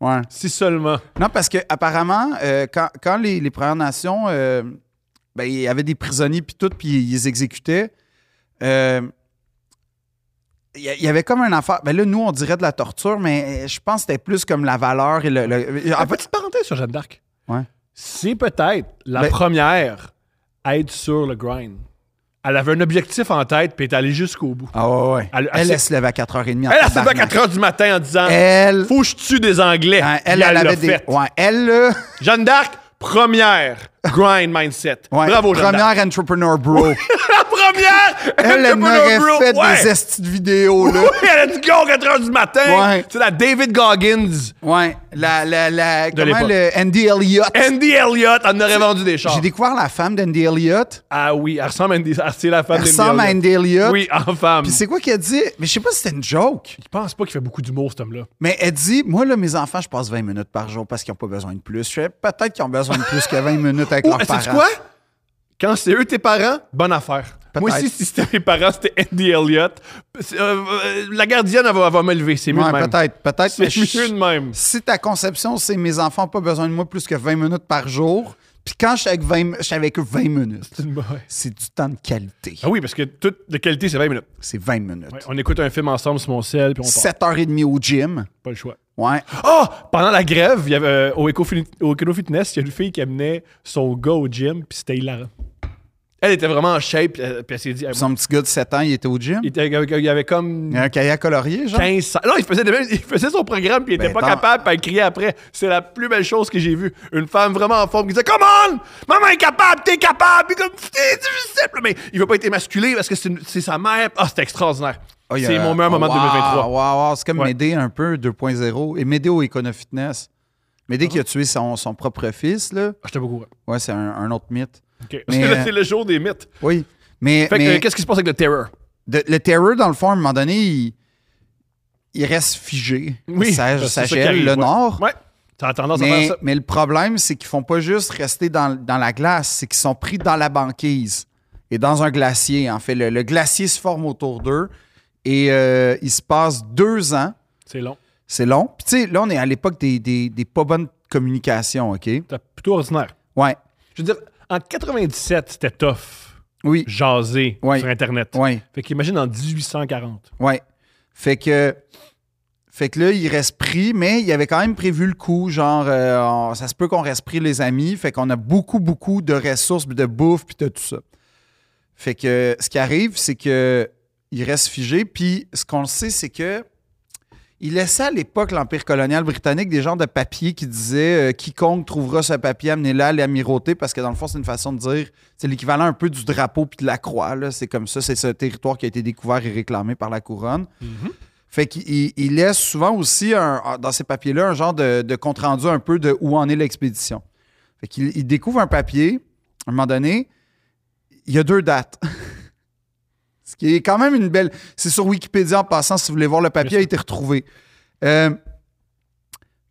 Ouais. Si seulement. Non, parce que apparemment, euh, quand, quand les, les Premières Nations, euh, ben, il y avait des prisonniers puis tout, puis ils les exécutaient. euh, il y a- il y avait comme un affaire. Ben là, nous, on dirait de la torture, mais euh, je pense que c'était plus comme la valeur et le. le- en En fait, petite parenthèse sur Jeanne d'Arc. Ouais. C'est peut-être la Ben- première à être sur le grind. Elle avait un objectif en tête, puis elle est allée jusqu'au bout. ah ouais, ouais. Elle, Elle- elle, elle se lève à 4h30. en Elle, elle s'est levée à tabarnak. 4 h du matin en disant Elle. Faut que je tue des Anglais. hein, Puis Elle, elle l'a avait des. fait. Ouais, elle, là. Jeanne d'Arc, première grind mindset. Ouais, Bravo, Jeanne d'Arc. Première entrepreneur, bro. La première Elle, elle entrepreneur m'aurait bro. fait Ouais. des estis de vidéos, là. Oui, elle a dit go 4 h du matin. Ouais. C'est la David Goggins. Ouais. La, la, la, comment l'époque. le Andy Elliott. Andy Elliott en aurait vendu des chars. J'ai découvert la femme d'Andy Elliott. Ah oui, elle ressemble à Andy. ah, C'est la femme Elle d'Andy ressemble à Andy Elliott. Oui, en femme. Puis c'est quoi qu'elle dit? Mais je sais pas si c'était une joke. Je pense pas qu'il fait beaucoup d'humour, cet homme-là. Mais elle dit, moi, là, mes enfants, je passe 20 minutes par jour parce qu'ils n'ont pas besoin de plus. Je fais, peut-être qu'ils ont besoin de plus que 20 minutes avec leurs parents. c'est quoi? Quand c'est eux tes parents, bonne affaire. Moi Peut-être. aussi, si c'était mes parents, c'était Andy Elliott. C'est, euh, euh, la gardienne, elle va, elle va me lever. C'est mieux de Ouais, même. peut-être, peut-être. mais C'est je- mieux de même. Si ta conception, c'est mes enfants n'ont pas besoin de moi plus que 20 minutes par jour, puis quand je suis avec, 20 je suis avec eux 20 minutes, C'est une bonne- c'est du temps de qualité. Ah oui, parce que toute de qualité, c'est 20 minutes. C'est 20 minutes. Ouais, on écoute un film ensemble sur mon sel, puis on part. 7h30 au gym. Pas le choix. Ouais. Ah! Pendant la grève, il y avait, euh, au, Eco au Econo Fitness, il y a une fille qui amenait son gars au gym, puis c'était hilarant. Elle était vraiment en shape, puis elle, puis elle s'est dit... elle- Son petit gars de 7 ans, il était au gym. il, était- il y avait comme... Il y a un kayak colorier, genre. 15 cent- Non, il faisait, le même- il faisait son programme puis il Ben, était pas attends. capable, puis elle criait après. C'est la plus belle chose que j'ai vue. Une femme vraiment en forme qui disait Come on Maman est capable, t'es capable Puis comme T'es difficile Mais il veut pas être émasculé parce que c'est une- c'est sa mère. Ah, c'était extraordinaire. Ah, il y a- c'est mon meilleur moment wow, de 2023. Wow, wow, c'est comme Ouais. Médée un peu 2.0. Et Médée au Econofitness. Médée qui a tué son, son propre fils, là. Ah, J'étais pas au courant. Ouais, c'est un, un autre mythe. Ok. Mais, Parce que là, euh, c'est le jour des mythes. Oui. Mais, Fait que, mais euh, qu'est-ce qui se passe avec le terror de- le terror, dans le fond, à un moment donné, il, il reste figé. Ça, parce que ça c'est qui gèle arrive, le ouais. nord. Ouais. T'as tendance à Mais, faire ça. mais le problème, c'est qu'ils font pas juste rester dans, dans la glace, c'est qu'ils sont pris dans la banquise. et dans un glacier. En fait, le, le glacier se forme autour d'eux et euh, il se passe deux ans. C'est long. C'est long. Puis tu sais, là, on est à l'époque des, des- des pas bonnes communications, OK? C'était plutôt ordinaire. Ouais. Je veux dire, en 97, c'était tough. Oui. Jaser Ouais. sur Internet. Ouais. Fait qu'imagine en 1840. Ouais. Fait que. Fait que là, il reste pris, mais il avait quand même prévu le coup. Genre, euh, on- ça se peut qu'on reste pris, les amis. Fait qu'on a beaucoup, beaucoup de ressources, puis de bouffe, puis de tout ça. Fait que ce qui arrive, c'est que il reste figé. Puis ce qu'on le sait, c'est que il laissait à l'époque l'Empire colonial britannique des genres de papiers qui disaient euh, quiconque trouvera ce papier, amenez-le à l'amirauté, parce que dans le fond, c'est une façon de dire c'est l'équivalent un peu du drapeau puis de la croix. là. C'est comme ça, c'est ce territoire qui a été découvert et réclamé par la couronne. Fait qu'il il- il laisse souvent aussi un- dans ces papiers-là un genre de, de compte-rendu un peu de où en est l'expédition. Fait qu'il il découvre un papier, à un moment donné, il y a deux dates. Ce qui est quand même une belle. C'est sur Wikipédia en passant, si vous voulez voir le papier, il a été retrouvé. Euh,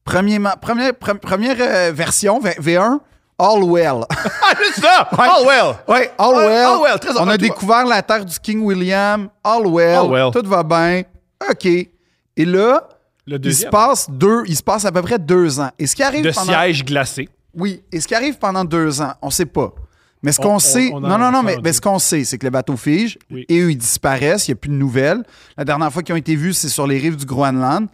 premièrement- première pre- première euh, version, V- V1, All Well. Ah, juste ça! All well! Oui, all All- well. all well, très on a Ah, important. découvert la terre du King William. All well. All well. Tout va bien. OK. Et là, il Le se, deuxième. passe deux, il se passe à peu près deux ans. Et ce qui arrive de pendant... siège glacé. Oui, et ce qui arrive pendant deux ans, on sait pas. Mais ce On- qu'on on- sait, on en non, non, non, entend mais, dire. mais ce qu'on sait, c'est que le bateau fige Oui. et eux, ils disparaissent, il n'y a plus de nouvelles. La dernière fois qu'ils ont été vus, c'est sur les rives du Groenland.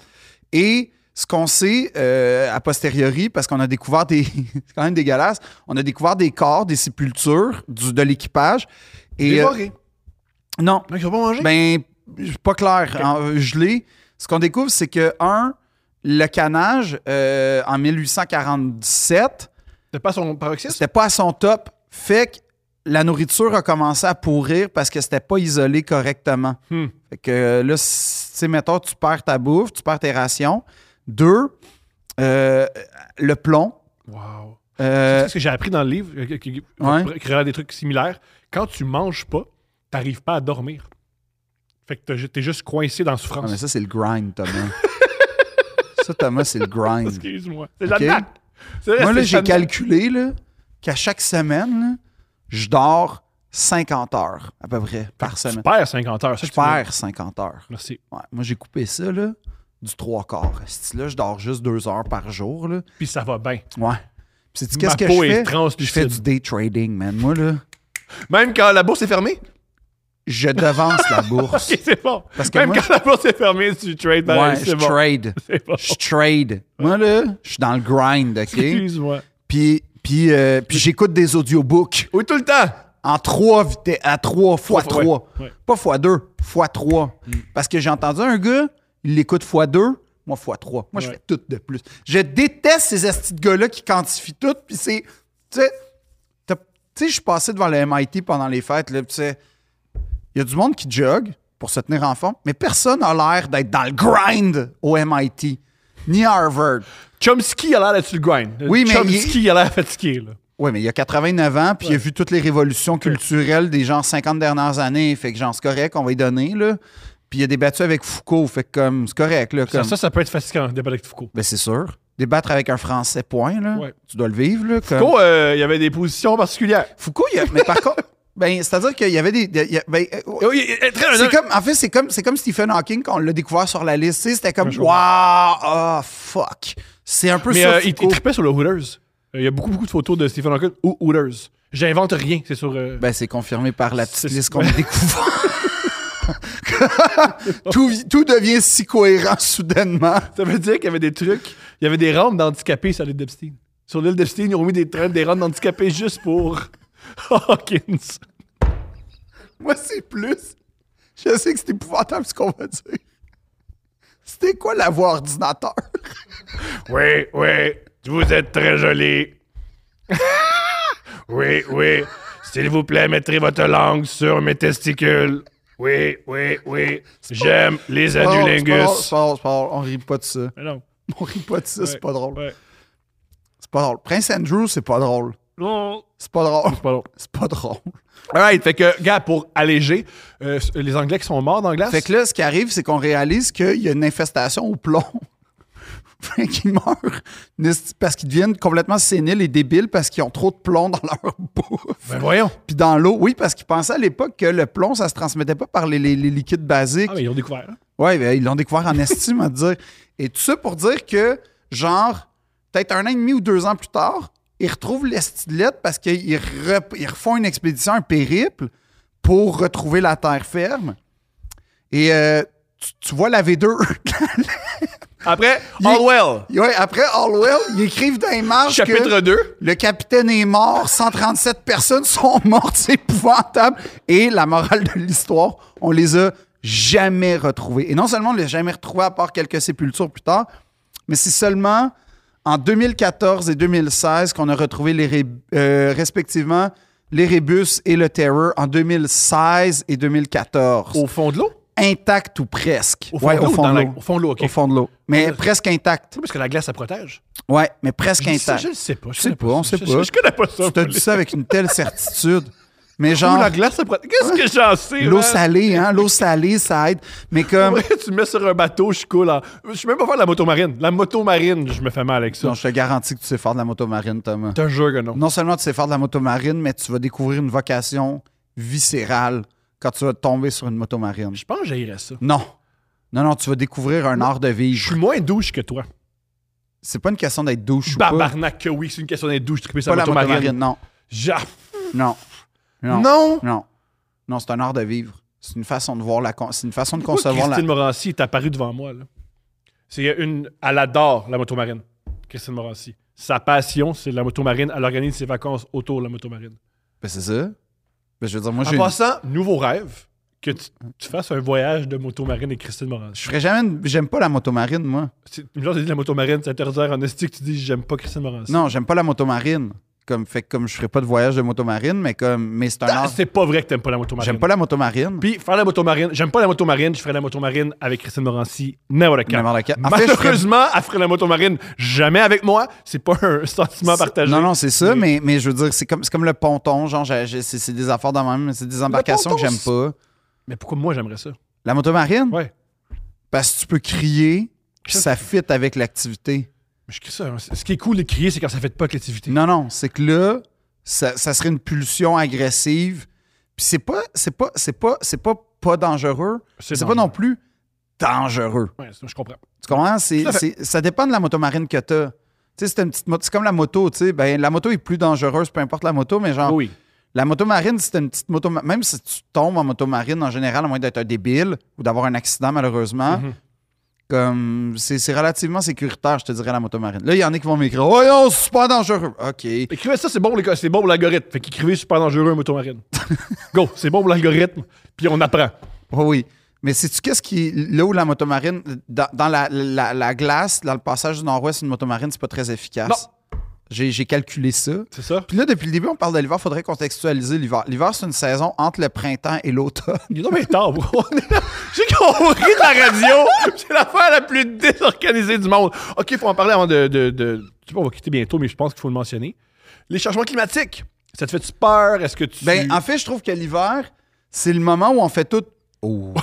Et ce qu'on sait euh, a posteriori, parce qu'on a découvert des. c'est quand même dégueulasse, on a découvert des corps, des sépultures du- de l'équipage. Et. euh, Dévoré. non, Mec, ils ont pas mangé? ben, pas clair. En- gelé. Ce qu'on découvre, c'est que, un, le canage euh, en 1847. T'as pas son paroxysme? C'était pas à son top. Fait que la nourriture a commencé à pourrir parce que c'était pas isolé correctement. Hmm. Fait que euh, là, c- tu sais, mettons, tu perds ta bouffe, tu perds tes rations. Deux, euh, le plomb. Wow. euh, C'est ce que j'ai appris dans le livre, euh, qui- qui qui- Ouais. qui relate des trucs similaires. Quand tu manges pas, t'arrives pas à dormir. Fait que t'as ju- t'es juste coincé dans la ah, mais souffrance. ça, c'est le grind, Thomas. ça, Thomas, c'est le grind. Excuse-moi. C'est Mm. Ok. Jeanne d'Arc. C'est vrai, Moi, là, c'est j'ai Jeanne d'Arc. calculé là, qu'à chaque semaine, là, je dors 50 heures à peu près par Tu semaine. perds 50 heures. ça, Je tu veux. perds 50 heures. Merci. Ouais, moi, j'ai coupé ça, là, du trois quarts. Esti, Là, je dors juste deux heures par jour, là. Puis ça va bien. Ouais. Puis, sais-tu Ma qu'est-ce que peau je est fais? translucide. Je fais du day trading, man. Moi, là, Même quand la bourse est fermée? je devance la bourse. Ok, c'est bon. Parce que Même moi, quand la bourse est fermée, tu trades dans Ouais, la- je c'est bon. trade. C'est bon. Je trade. Moi, là, je suis dans le grind, OK? Excuse-moi. Puis, puis, euh, puis j'écoute des audiobooks Oui, tout le temps! en trois vitesses, à trois fois Trois fois, trois. ouais, ouais. Pas fois deux, fois trois. Parce que j'ai entendu un gars, il l'écoute fois deux, moi fois trois. Moi, je Ouais. fais tout de plus. Je déteste ces astis de gars-là qui quantifient tout, puis c'est... Tu sais, t'as- tu sais, je suis passé devant le MIT pendant les fêtes, là, puis tu sais, il y a du monde qui jogue pour se tenir en forme, mais personne n'a l'air d'être dans le grind au MIT, ni à Harvard. Chomsky a l'air d'être sur le grind. Oui, mais il- Chomsky, il a l'air fatigué, là. Oui, mais il y a 89 ans, puis il a vu toutes les révolutions culturelles des genre 50 dernières années. Fait que genre, c'est correct, on va y donner, là. Puis il a débattu avec Foucault, fait que comme, c'est correct, là. Ça, Comme, ça, ça peut être fatigant, débat avec Foucault. Ben, c'est sûr. Débattre avec un Français, point, là. Ouais. Tu dois le vivre, là. comme- Foucault, euh, il y avait des positions particulières. Foucault, il y a- mais par contre, ben, c'est-à-dire qu'il y avait des... il y a- ben, euh, Oh, il- il- il- très- c'est comme, en fait, c'est comme, c'est comme Stephen Hawking quand on l'a découvert sur la liste. tu sais, C'était comme, je wow, oh, fuck. C'est un peu Mais ça, euh, il, il Foucault. trippait sur le Hooters. Euh, Il y a beaucoup, beaucoup de photos de Stephen Hawking ou Hooters. J'invente rien, c'est sur. euh, Ben, c'est confirmé par la petite C'est- liste qu'on a découvert. tout, vi- tout devient si cohérent soudainement. Ça veut dire qu'il y avait des trucs. Il y avait des rampes d'handicapés sur l'île d'Epstein. Sur l'île d'Epstein, ils ont mis des, trains, des rampes d'handicapés juste pour Hawkins. Moi, c'est plus. Je sais que c'est épouvantable ce qu'on va dire. C'était quoi la voix ordinateur? Oui, oui, vous êtes très joli. oui, oui, s'il vous plaît, mettez votre langue sur mes testicules. Oui, oui, oui, j'aime les C'est pas drôle, c'est pas drôle, c'est pas drôle, c'est pas drôle. On rit pas de ça. Mais non. On rit pas de ça, c'est Ouais, pas drôle. ouais. C'est pas drôle. Prince Andrew, c'est pas drôle. Non. C'est pas drôle. C'est pas drôle. C'est pas drôle. All right, fait que, gars, pour alléger, euh, Ah, les Anglais qui sont morts dans la glace. Fait que là, ce qui arrive, c'est qu'on réalise qu'il y a une infestation au plomb. Fait qu'ils meurent n'est- parce qu'ils deviennent complètement séniles et débiles parce qu'ils ont trop de plomb dans leur bouffe. Ben voyons. Puis dans l'eau, oui, parce qu'ils pensaient à l'époque que le plomb, ça se transmettait pas par les, les- les liquides basiques. Ah, mais ils ont découvert. hein. Ouais, ben, ils l'ont découvert en estime, à dire. Et tout ça pour dire que, genre, peut-être un an et demi ou deux ans plus tard, ils retrouvent les stylettes parce qu'ils re- ils refont une expédition, un périple pour retrouver la terre ferme. Et euh, tu, tu vois la V2. Après, Il- Allwell, ouais, après Orwell, ils écrivent dans les marges que chapitre 2. le capitaine est mort, 137 personnes sont mortes, c'est épouvantable. Et la morale de l'histoire, on les a jamais retrouvés. Et non seulement on les a jamais retrouvés à part quelques sépultures plus tard, mais c'est seulement en 2014 et 2016 qu'on a retrouvé les ré- euh, respectivement l'Erebus et le Terror en 2016 et 2014. Au fond de l'eau? Intact ou presque. Au fond Ouais, de l'eau, dans la- l'eau. au fond de l'eau, OK. Au fond de l'eau. Mais presque intact. Parce que la glace, ça protège. Ouais, mais presque Ça, intact. je le sais pas. Je sais connais pas, on sait ça. Je- pas. Je, je connais pas ça. Tu t'as dit ça avec une telle certitude. Mais Où genre, la glace, ça protège. Qu'est-ce que j'en sais? l'eau man? salée, hein? L'eau salée, ça aide. Mais comme. Après, tu me mets sur un bateau, je coule. en- Je suis même pas faire de la moto marine. La moto marine, je me fais mal avec ça. Non, je te garantis que tu sais faire de la moto marine, Thomas. Je te jure que non. Non seulement tu sais faire de la moto marine, mais tu vas découvrir une vocation viscérale quand tu vas tomber sur une moto marine. Je pense que j'haïrais ça. Non. Non, non, tu vas découvrir un art de Je vivre. suis moins douche que toi. C'est pas une question d'être douche ou pas. Pas Barbarnak que oui, c'est une question d'être douche, triper sa la moto moto marine, marine. non. Ja- Non. Non. Non. Non! Non, c'est un art de vivre. C'est une façon de voir la. con- C'est une façon de Pourquoi concevoir la. Christine Morancy est apparue devant moi. là? C'est une. Elle adore la moto marine, Christine Morancy. Sa passion, c'est la moto marine. Elle organise ses vacances autour de la moto marine. Ben, c'est ça. Ben, je veux dire, moi, En j'ai une- passant, Nouveau rêve, que tu, tu fasses un voyage de moto marine et Christine Je Morancy. ferais jamais. une- J'aime pas la moto marine, moi. C'est- Une genre, tu dis la moto marine, ça te resserre en esti que tu dis j'aime pas Christine Morancy. Non, j'aime pas la moto marine. Comme fait que comme je ferais pas de voyage de moto marine, mais comme mais c'est un Ah, art. C'est pas vrai que t'aimes pas la moto marine. J'aime pas la moto marine. Puis faire la moto marine, j'aime pas la moto marine, je ferai la moto marine avec Christine Morancy n'importe quand. N'importe quand. En fait, je ferais- Malheureusement, elle ferait la moto marine jamais avec moi. C'est pas un sentiment partagé. Non non, c'est ça, mais mais je veux dire c'est comme c'est comme le ponton, genre j'ai- j'ai- c'est c'est des affaires dans même, c'est des embarcations ponton, que j'aime pas. Mais pourquoi moi j'aimerais ça? La moto marine Ouais. parce que tu peux crier, puis Je- ça fit avec l'activité. Mais Je crie ça. hein. Ce qui est cool de crier, c'est quand ça fait pas de l'activité. Non non, c'est que là ça, ça serait une pulsion agressive. Puis c'est pas c'est pas c'est pas c'est pas pas dangereux, c'est pas non plus dangereux. Ouais, ça, je comprends. Tu comprends? C'est, Tout à fait. c'est- ça dépend de la moto marine que t'as. Tu sais, c'est une petite moto. C'est comme la moto, tu sais. Ben, la moto est plus dangereuse, peu importe la moto, mais genre, Ah Oui. la moto marine, c'est une petite moto. ma- Même si tu tombes en moto marine, en général, à moins d'être un débile ou d'avoir un accident, malheureusement, Mhm. comme c'est, c'est relativement sécuritaire, je te dirais, la moto marine. Là, il y en a qui vont m'écrire Oh, non, c'est super dangereux. OK. Écrivez ça, c'est bon, pour les gars, c'est bon pour l'algorithme. Fait qu'écrivez super dangereux, moto marine. Go, c'est bon pour l'algorithme, puis on apprend. Oh oui. Mais sais-tu qu'est-ce qui. Là où la moto marine, dans, dans la, la- la glace, dans le passage du nord-ouest, une moto marine, c'est pas très efficace. J'ai, j'ai calculé ça. C'est ça? Puis là, depuis le début, on parle de l'hiver, faudrait contextualiser l'hiver. L'hiver, c'est une saison entre le printemps et l'automne. Il est donc bien tard, bro. On est là- J'ai compris de la radio. C'est l'affaire la plus désorganisée du monde. OK, il faut en parler avant de, de, de- Je sais pas, on va quitter bientôt, mais je pense qu'il faut le mentionner. Les changements climatiques. Ça te fait-tu peur? Est-ce que tu. Ben, en fait, je trouve que l'hiver, c'est le moment où on fait tout. Oh.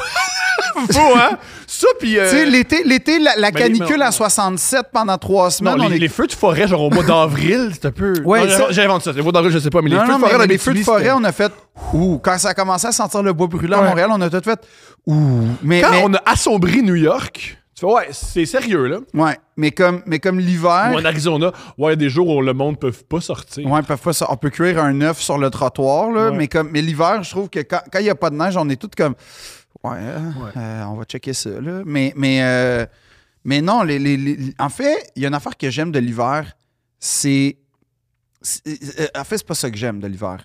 Faut, hein? Ça, puis. euh, tu sais, l'été, l'été, la, la ben, les- canicule à 67 pendant trois Non, semaines. on les, est- les feux de forêt, genre au mois d'avril, c'est un peu. Ouais, Non, ça- j'invente- J'invente ça. Les mois d'avril, je sais pas, mais les Non, feux non, de mais- forêt, mais en les feux de Abitibi, forêt, c'était- on a fait. Ouh. Quand ça a commencé à sentir le bois brûlant à Ouais. Montréal, on a tout fait. Ouh. Mais, Quand mais- on a assombri New York, tu fais, ouais, c'est sérieux, là. ouais, mais comme, mais comme l'hiver. Ou en Arizona, ouais, il y a des jours où le monde ne peut pas sortir. Ouais, parfois, ça- on peut cuire un œuf sur le trottoir, là, Ouais. mais, comme, mais l'hiver, je trouve que quand quand il n'y a pas de neige, on est tous comme. Ouais, euh, euh, on va checker ça, là. Mais, mais, euh, mais non, les, les- les- en fait, il y a une affaire que j'aime de l'hiver, c'est. c'est- euh, En fait, c'est pas ça que j'aime de l'hiver.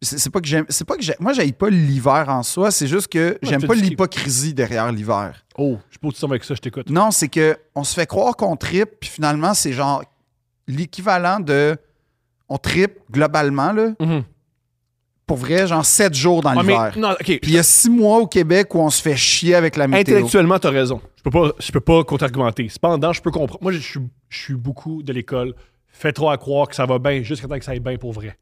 C'est c'est pas que j'aime. C'est pas que j'aime- Moi, j'aille pas l'hiver en soi, c'est juste que j'aime t'as pas dit que- l'hypocrisie derrière l'hiver. Oh, je peux te dire avec ça, je t'écoute. Non, c'est que on se fait croire qu'on tripe, puis finalement, c'est genre l'équivalent de. On tripe globalement, là, Mhm. pour vrai, genre 7 jours dans Ah, mais- l'hiver. non, OK. Puis il y a 6 mois au Québec où on se fait chier avec la météo. Intellectuellement, t'as raison. Je peux pas, je peux pas contre-argumenter. Cependant, je peux comprendre. Moi, je suis, je suis beaucoup de l'école. Fais-toi à croire que ça va bien jusqu'à temps que ça aille bien pour vrai.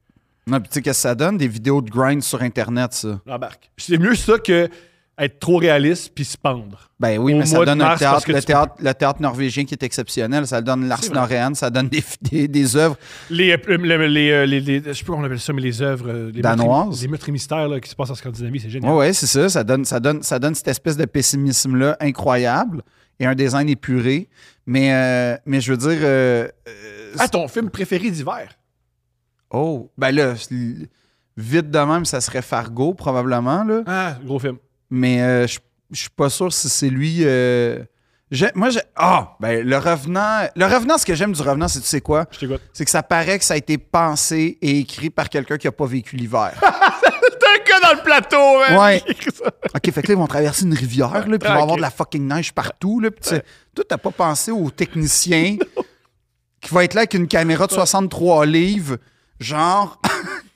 Non, puis tu sais, qu'est-ce que ça donne? Des vidéos de grind sur Internet, ça. J'embarque. C'est mieux ça que être trop réaliste puis se pendre. Ben oui, Au mais ça mois de donne un mars, théâtre, parce que le, tu peux- théâtre, le théâtre norvégien qui est exceptionnel. Ça donne l'Ars vrai. Noréenne, ça donne des, des, des œuvres. Les, euh, le- le- les, euh, les- les- je sais pas comment on appelle ça, mais les œuvres. euh, Les Danoises. meurtres et- Les meurtres et mystères là, qui se passent en Scandinavie, c'est génial. Oui, ouais, c'est ça. Ça donne, ça, donne, ça donne cette espèce de pessimisme-là incroyable et un design épuré. Mais, euh, mais je veux dire. euh, euh, Ah, ton film préféré d'hiver. oh, ben là, c'est- vite de même, ça serait Fargo, probablement. Là. Ah, gros film. Mais euh, je je suis pas sûr si c'est lui. euh, j'ai- moi, j'ai. Ah, ben le revenant. Le revenant, ce que j'aime du revenant, c'est tu sais quoi? Je t'écoute. c'est que ça paraît que ça a été pensé et écrit par quelqu'un qui n'a pas vécu l'hiver. T'es un gars dans le plateau, man. hein? Ouais. Qui écrit ça? OK, fait que là, ils vont traverser une rivière, là, puis ils Ah, vont Tranquille. avoir de la fucking neige partout. Là, puis tu sais, toi, t'as pas pensé au technicien qui va être là avec une caméra de 63 livres, genre,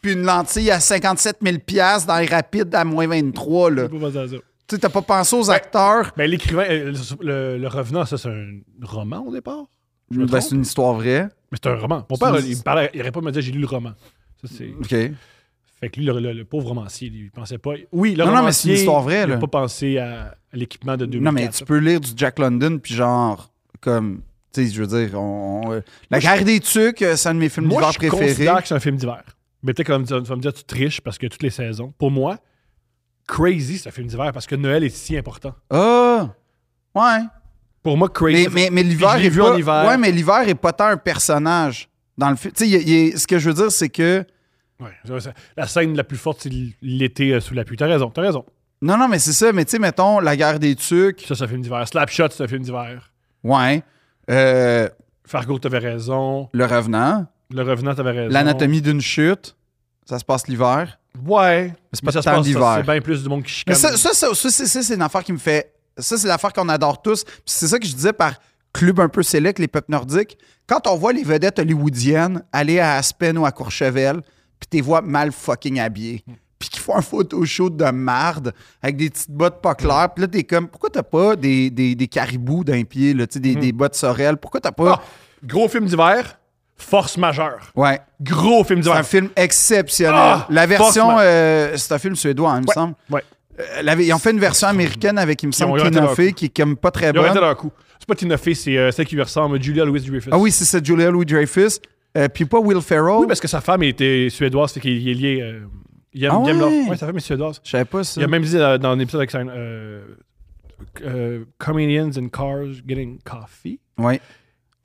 puis une lentille à 57 000 piastres dans les rapides à moins 23. Là. Je peux pas penser à ça. Tu sais, t'as pas pensé aux acteurs. Ben, l'écrivain, euh, le, le- le Revenant, ça, c'est un roman au départ. je me Ben, trompe? c'est une histoire vraie. Mais c'est un roman. Mon père, C'est une- il, me parlait, il aurait pas me dire j'ai lu le roman. Ça, c'est. OK. Fait que lui, le, le- le pauvre romancier, lui, il pensait pas. Oui, le Non, non, mais romancier. c'est une histoire vraie, Il là. n'a pas pensé à l'équipement de 2004. Non, mais tu peux lire du Jack London, puis genre, comme, tu sais, je veux dire, on, on- euh, La guerre des Tucs, euh, c'est un de mes films Moi, d'hiver je préférés. considère que c'est un film d'hiver. Mais peut-être qu'on va me dire- tu vas me dire tu triches parce que toutes les saisons. Pour moi, Crazy, c'est un film d'hiver parce que Noël est si important. Ah! Ouais. Pour moi, Crazy. Mais, mais, mais l'hiver. Puis je l'ai est vu pas- en hiver. Ouais, mais l'hiver est pas tant un personnage. Dans le film. Tu sais, il y a- il y a- ce que je veux dire, c'est que. Ouais, ça- ça- la scène la plus forte, c'est l'été euh, sous la pluie. T'as raison, t'as raison. Non, non, mais c'est ça. Mais tu sais, mettons, La guerre des Tucs. Ça, c'est un film d'hiver. Slapshot, c'est un film d'hiver. Ouais. Euh, Fargo, t'avais raison. le Revenant. Le Revenant, t'avais raison. L'anatomie d'une chute. Ça se passe l'hiver. Ouais. c'est Mais pas ça se tant passe, ça, l'hiver. C'est bien plus du monde qui chicane. Mais ça, ça, ça, ça, c'est- ça, c'est une affaire qui me fait. Ça, c'est l'affaire qu'on adore tous. Puis c'est ça que je disais par club un peu sélect, les peuples nordiques. Quand on voit les vedettes hollywoodiennes aller à Aspen ou à Courchevel, puis t'es vois mal fucking habillées, puis qu'ils font un photo shoot de marde avec des petites bottes pas claires, puis là, t'es comme, pourquoi t'as pas des, des, des caribous d'un pied, là, tu sais, des, des bottes sorel? Pourquoi t'as Ah, pas. gros film d'hiver, Force majeure. Ouais. Gros film C'est un d'hiver. film exceptionnel. Ah, la version, forcément. euh, c'est un film suédois, hein, il me semble. Ouais. Euh, la- ils ont fait une version américaine avec, il me semble, ont raté Tina leur Fey, qui est comme pas très Ils ont bonne. raté arrêté leur coup. C'est pas Tina Fey, c'est euh, celle qui lui ressemble, Julia Louis-Dreyfus. Ah oui, c'est ça, Julia Louis-Dreyfus. Euh, puis pas Will Ferrell. Oui, parce que sa femme était suédoise, fait qu'il est lié. euh, il aime, Ah il aime leur- ouais? ouais, sa femme est suédoise. Je savais pas ça. Il a même dit dans, dans l'épisode avec sa- euh, euh, Comedians in Cars Getting Coffee. Ouais.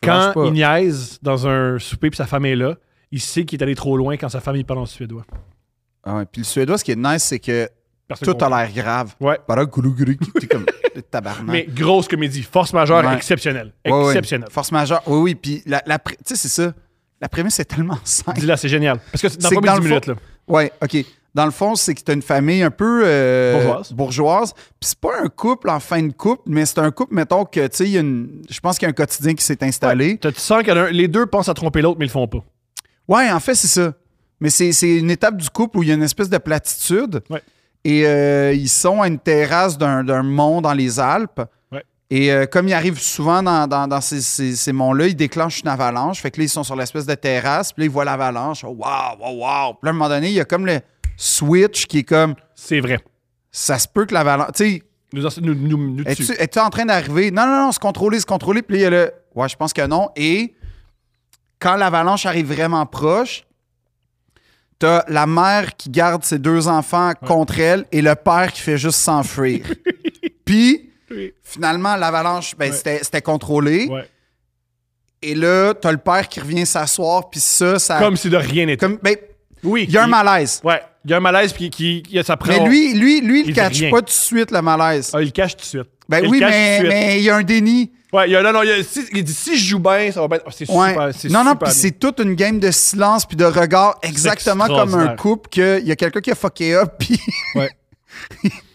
Quand Lâche pas. il niaise dans un souper puis sa femme est là, il sait qu'il est allé trop loin quand sa femme il parle en suédois. Ah ouais. Puis le suédois, ce qui est nice, c'est que Personne tout a comprend. l'air grave. Ouais. Voilà, goulou, goulou, t'es comme le tabarnak. Mais grosse comédie, force majeure Ouais. exceptionnelle. Ouais, ouais. Exceptionnelle. Force majeure. Oui, oui. Puis la, la pré- tu sais, c'est ça. La prémisse est tellement simple. Dis-la, c'est génial. Parce que dans C'est les que dans premières 10 le minutes, fond- là. Ouais, OK. Dans le fond, c'est que t'as une famille un peu euh, Bourgeoise. bourgeoise. Puis c'est pas un couple en fin de couple, mais c'est un couple, mettons, que, tu sais, il y a une- je pense qu'il y a un quotidien qui s'est installé. T'as- Tu sens que l'un- les deux pensent à tromper l'autre, mais ils le font pas. Ouais, en fait, c'est ça. Mais c'est c'est une étape du couple où il y a une espèce de platitude. Ouais. Et euh, ils sont à une terrasse d'un d'un mont dans les Alpes. Ouais. Et euh, comme il arrive souvent dans, dans- dans ces, ces- ces monts-là, ils déclenchent une avalanche. Fait que là, ils sont sur l'espèce de terrasse. Puis là, ils voient l'avalanche. Oh, Waouh, waouh, waouh. Puis là, à un moment donné, il y a comme le switch qui est comme C'est vrai. ça se peut que l'avalanche. Tu sais, Nous, en- nous, nous, nous es-tu dessus. es-tu en train d'arriver? Non, non, non, se contrôler, se contrôler. Puis là, il y a le. Ouais, je pense que non. Et quand l'avalanche arrive vraiment proche, t'as la mère qui garde ses deux enfants contre elle et le père qui fait juste s'enfuir. Puis, Oui. finalement, l'avalanche, ben, Ouais. c'était c'était contrôlé. Ouais. Et là, t'as le père qui revient s'asseoir. Puis ça, ça. Comme si de rien n'était. Ah. comme- ben, Oui. il y a un qui- malaise. Ouais. Il y a un malaise, puis qui, qui, ça prend. Mais lui, lui, lui, il Il ne dit catch rien. pas tout de suite le malaise. Ah, il le cache tout de suite. Ben Il oui, le cache mais tout de suite. mais il y a un déni. Ouais, il, y a, non, non, il, y a- si, il dit si je joue bien, ça va bien. être- Ah, c'est Ouais. super. c'est non, non, super puis bien. c'est toute une game de silence puis de regard, exactement comme un extraordinaire. couple, qu'il y a quelqu'un qui a fucké up, puis Ouais.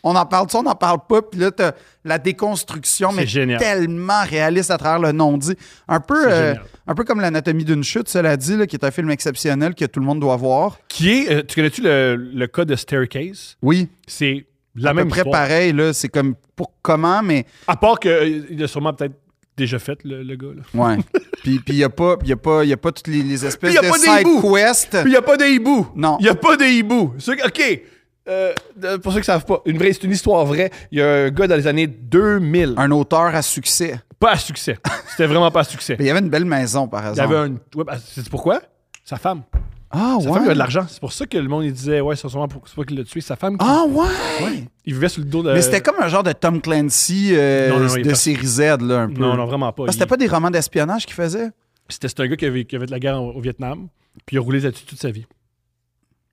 on en parle de ça, on n'en parle pas, puis là, t'as la déconstruction, mais génial. tellement réaliste à travers le non-dit. Un peu, C'est euh, génial. un peu comme L'anatomie d'une chute, cela dit, là, qui est un film exceptionnel que tout le monde doit voir. Qui est. euh, tu connais-tu le, le cas de Staircase? Oui, C'est la à même peu près histoire. pareil, là, c'est comme pour comment, mais À part qu'il a sûrement peut-être déjà fait, le, le gars. Là. ouais. puis il n'y a, pas- y a, pas- y a pas toutes les, les espèces y a de pas des side bouts. quest. Puis il n'y a pas des hiboux. Non. Il n'y a pas des hiboux. Ceux- OK. euh, de- pour ceux qui savent pas, une vraie, c'est une histoire vraie. Il y a un gars dans les années 2000, Un auteur à succès. Pas à succès. C'était vraiment pas à succès. Mais il y avait une belle maison, par Il y avait exemple. un. Ouais, bah, c'est pourquoi? Sa femme. Ah, Sa femme ouais. il a de l'argent. C'est pour ça que le monde il disait, ouais, c'est sûrement pour c'est pas qu'il l'a tué. Sa femme, qui- Ah, ouais. il vivait sur le dos de. Mais c'était comme un genre de Tom Clancy euh, Euh, Non, non, non, il est de pas- série Z, là, un peu. Non, non, vraiment pas. Ah, c'était Il- pas des romans d'espionnage qu'il faisait? C'était c'était un gars qui avait, qui avait de la guerre au, au Vietnam, puis il a roulé là-dessus toute sa vie.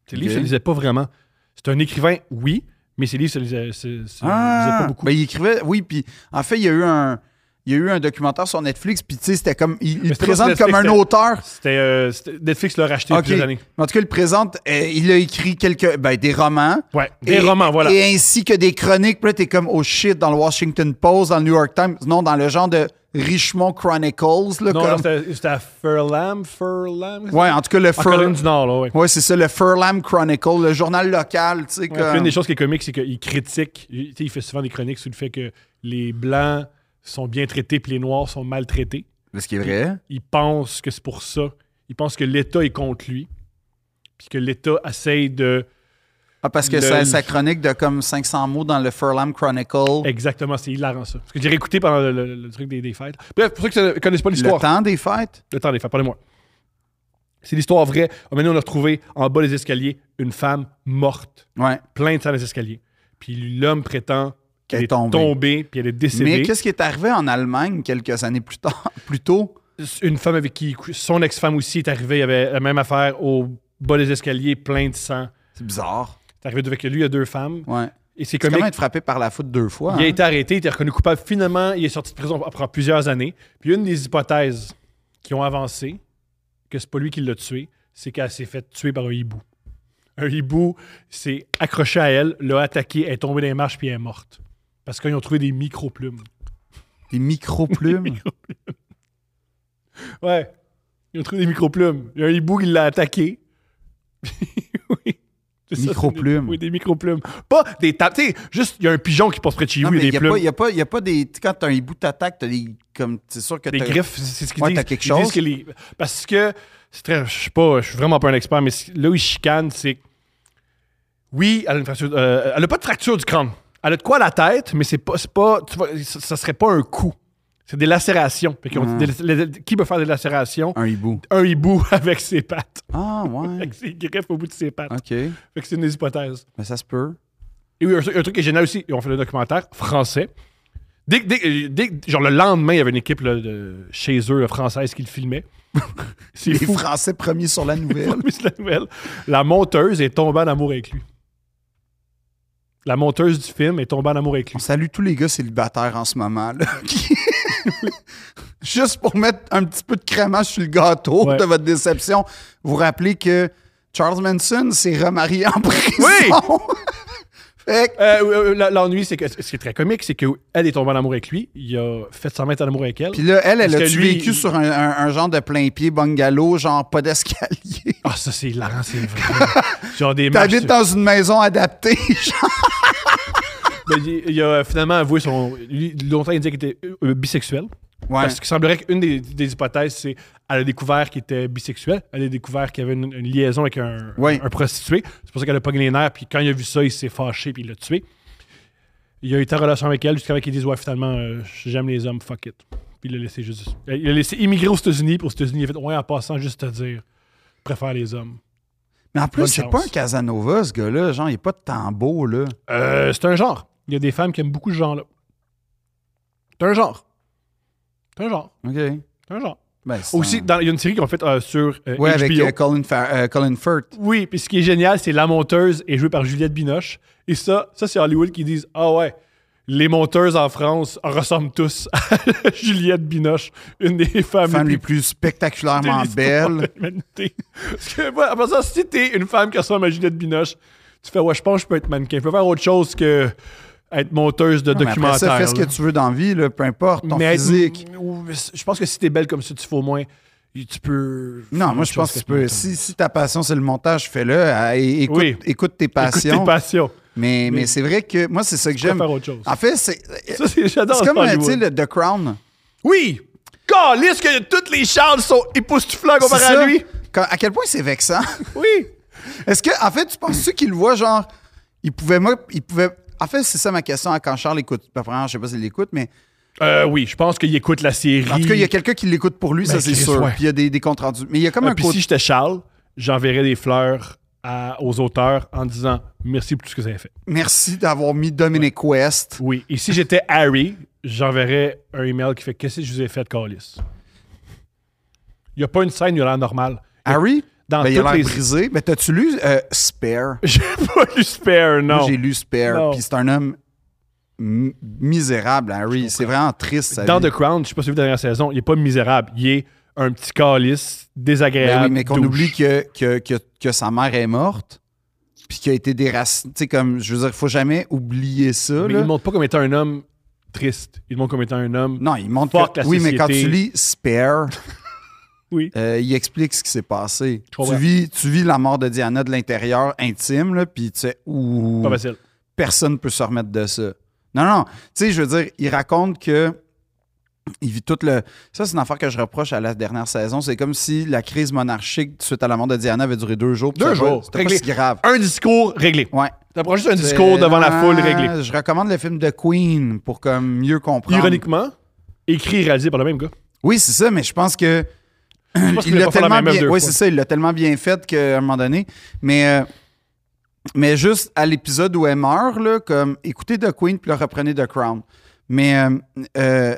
Ses livres, Ok. ça lisait pas vraiment. C'est un écrivain, oui, mais ses livres, ça lisait, c'est- ça lisait Ah, pas beaucoup. Ben, il écrivait, oui, puis en fait, il y a eu un, il y a eu un documentaire sur Netflix, puis tu sais, c'était comme, il, il Mais le c'était pas sur présente comme un Netflix, auteur. C'était, euh, c'était- Netflix l'a racheté il y a Ok. plusieurs années. Mais En tout cas, il le présente, euh, il a écrit quelques, ben, des romans. Ouais, des Et- romans, voilà. Et ainsi que des chroniques. Puis là, t'es comme, oh shit, dans le Washington Post, dans le New York Times. Non, dans le genre de Richmond Chronicles. Là, non, comme- non, c'était, c'était à Furlam, Furlam. ouais, en tout cas, le en Fur- Caroline du Nord, là, ouais. Ouais, c'est ça, le Furlam Chronicle, le journal local, tu sais. Ouais, comme- puis une des choses qui est comique, c'est qu'il critique, il, tu sais, il fait souvent des chroniques sur le fait que les Blancs sont bien traités puis les Noirs sont maltraités. Mais Ce qui est vrai. Il pense que c'est pour ça. Il pense que l'État est contre lui. Puis que l'État essaye de. Ah, parce que Le- sa, sa chronique de comme 500 mots dans le Furlam Chronicle. Exactement, c'est hilarant ça. Parce que j'ai réécouté pendant le, le- le truc des, des fêtes. Bref, pour ceux qui ne connaissent pas Le l'histoire, temps des fêtes. le temps des fêtes, parlez-moi. C'est l'histoire vraie. Maintenant, on a retrouvé en bas des escaliers une femme morte, Ouais. plein de sang dans les escaliers. Puis l'homme prétend qu'elle Elle est, est tombée. puis elle est décédée. Mais qu'est-ce qui est arrivé en Allemagne quelques années plus tard, plus tôt? une femme avec qui il cou- son ex-femme aussi est arrivée, il y avait la même affaire au bas des escaliers, plein de sang. C'est bizarre. C'est arrivé avec lui, il y a deux femmes. Ouais. Et c'est C'est comique. comme être frappé par la foudre deux fois. Il a hein. été arrêté, il était reconnu coupable. Finalement, il est sorti de prison après plusieurs années. Puis une des hypothèses qui ont avancé, que c'est pas lui qui l'a tué, c'est qu'elle s'est faite tuer par un hibou. Un hibou s'est accroché à elle, l'a attaqué, elle est tombée dans les marches puis elle est morte. Parce qu'ils ont trouvé des micro-plumes. Des micro-plumes. Ouais. Ils ont trouvé des microplumes. Il y a un hibou qui l'a attaqué. oui. C'est ça, c'est Microplumes. des- Oui, des microplumes. Pas des tapes. Tu sais, juste, il y a un pigeon qui passe près de chez Non, vous, il mais y a il des n'y a, pas- plumes. y a, pas- y a pas des. tu sais, Quand t'as un hibou t'attaque, t'as des. Comme, c'est sûr que Des t'as- griffes, c'est ce qu'ils Ouais, disent. t'as quelque Ils disent chose. que les- Parce que, c'est très, je suis pas, je suis vraiment pas un expert, mais c- là où ils chicanent, c'est. Oui, elle a une fracture. euh, elle a pas de fracture du crâne. Elle a de quoi à la tête, mais c'est pas, c'est pas, tu vois, ça, ça serait pas un coup. C'est des lacérations. Fait qu'ils Ah. ont dit, des- les- qui peut faire des lacérations? Un hibou. Un hibou avec ses pattes. Ah, ouais. Avec ses griffes au bout de ses pattes. OK. Fait que c'est une des hypothèses. Mais ça se peut. Et oui, un, truc- un truc qui est génial aussi, ils ont fait le documentaire français. Dès, que- dès que- dès que- genre le lendemain, il y avait une équipe là, de chez eux, là, française, qui le filmait. C'est Les fou. Français premiers sur la nouvelle. Promis la nouvelle. La monteuse est tombée en amour avec lui. La monteuse du film est tombée en amour avec On lui. salue tous les gars célibataires en ce moment. là, qui- Juste pour mettre un petit peu de crémage sur le gâteau Ouais. de votre déception, vous rappelez que Charles Manson s'est remarié en prison. fait que- Euh, euh, la- L'ennui, c'est que ce qui est très comique, c'est qu'elle est tombée en amour avec lui. Il a fait 100 mètres en amour avec elle. Puis là, elle, elle Parce a-tu que lui, vécu il- sur un, un- un genre de plein-pied bungalow, genre pas d'escalier? Ah, ça, c'est hilarant, c'est vrai. genre des marches- T'habites dans une maison adaptée, genre. Ben, il, il a finalement avoué son. lui, longtemps, il disait qu'il était euh, bisexuel. Ouais. Parce qu'il semblerait qu'une des, des hypothèses, c'est qu'elle a découvert qu'il était bisexuel. Elle a découvert qu'il avait une, une liaison avec un, Ouais. un prostitué. C'est pour ça qu'elle a pogné les nerfs. Puis quand il a vu ça, il s'est fâché puis il l'a tué. Il a été en relation avec elle jusqu'à ce qu'il dise Ouais, finalement, euh, j'aime les hommes, fuck it. Puis il l'a laissé juste. Il l'a laissé immigrer aux États-Unis. Pour aux États-Unis, il a fait Ouais, en passant, juste te dire, je préfère les hommes. Mais en plus, Bonne c'est chance. pas un Casanova, ce gars-là. Genre, il n'est pas de tambour, là. Euh, c'est un genre. Il y a des femmes qui aiment beaucoup ce genre-là. C'est un genre. C'est un genre. OK. C'est un genre. Ben, c'est Aussi, un- dans- il y a une série qu'on fait euh, sur euh, Ouais, HBO. avec euh, Colin, Fa- euh, Colin Firth. Oui, puis ce qui est génial, c'est La Monteuse est jouée par Juliette Binoche. Et ça, ça c'est Hollywood qui disent Ah ouais, les monteuses en France ressemblent tous à Juliette Binoche, une des femmes Femme les les plus plus de spectaculairement l'histoire belle. de l'humanité. Parce que, ouais, à part ça, si t'es une femme qui ressemble à Juliette Binoche, tu fais Ouais, je pense que je peux être mannequin. Je peux faire autre chose que être monteuse de Mais documentaire. après ça, fais ce que là. tu veux dans la vie, là, peu importe ton Mais être- physique. ou- Je pense que si t'es belle comme ça, tu fais au moins. Tu peux. Non, moi, je pense que tu peux. Si, si ta passion, c'est le montage, fais-le. Ah, et- Écoute, Oui. écoute tes passions. Écoute tes passions. Mais, mais c'est vrai que moi, c'est ça que j'aime. faire autre chose. En fait, c'est Ça, c'est j'adore c'est ça, comme euh, tu Hollywood. sais, le The Crown. Oui! Calisse que toutes les Charles sont époustouflants C'est comparé ça. à lui! Quand- à quel point c'est vexant. Oui. Est-ce que, en fait, tu penses-tu qu'il le voit genre. Il pouvait, moi, il pouvait. En fait, c'est ça ma question à quand Charles écoute. Ben, Premièrement, je sais pas s'il l'écoute, mais Euh, oui, je pense qu'il écoute la série. en tout cas, il y a quelqu'un qui l'écoute pour lui, Ben, ça c'est Chris, sûr. ouais. Puis il y a des, des comptes rendus. Mais il y a comme Euh, Ah, un puis si côté. j'étais Charles, j'enverrais des fleurs à- aux auteurs en disant merci pour tout ce que vous avez fait. Merci d'avoir mis Dominic West. Oui. Et si j'étais J'étais Harry, j'enverrais un email qui fait Qu'est-ce que je vous ai fait, Calis Il n'y a pas une scène, il y a l'air normal. Harry? Dans Ben, il a toutes l'air les- brisé. Mais t'as-tu lu euh, Spare? J'ai pas lu Spare, Moi, non. J'ai lu Spare. Non. Puis c'est un homme m- misérable, Harry. C'est vraiment triste. Sa Dans vie. Ben The Crown, je sais pas si vous avez vu la dernière saison, il est pas misérable. Il est un petit calice Ben désagréable. oui, mais qu'on douche. oublie que, que, que, que sa mère est morte, puis qu'il a été déraciné. Tu sais, comme, je veux dire, il faut jamais oublier ça. Mais il là. ne montre pas comme étant un homme triste. Il le montre comme étant un homme. Non, il montre Fuck que- la Oui, mais quand tu société. lis Spare, Oui. euh, il explique ce qui s'est passé. comprends. Tu vis, tu vis la mort de Diana de l'intérieur, intime, là, puis tu sais, ouh, Pas facile. personne ne peut se remettre de ça. Non, non, tu sais, je veux dire, il raconte que il vit tout le... Ça, c'est une affaire que je reproche à la dernière saison. C'est comme si la crise monarchique suite à la mort de Diana avait duré deux jours. puis Deux c'était pas- jours. C'était pas Réglé. si grave. un discours réglé, Ouais. t'approches juste un discours C'est- devant la foule Ah, réglé. Je recommande le film de Queen pour comme mieux comprendre. Ironiquement, écrit et réalisé par le même gars. Oui, c'est ça, mais je pense que Je pense il qu'il voulait l'a pas faire la tellement même œuvre bien. deux Oui, fois. c'est ça, il l'a tellement bien fait qu'à un moment donné. Mais, euh, mais juste à l'épisode où elle meurt, là, comme écoutez The Queen puis là, reprenez The Crown. Mais euh, euh,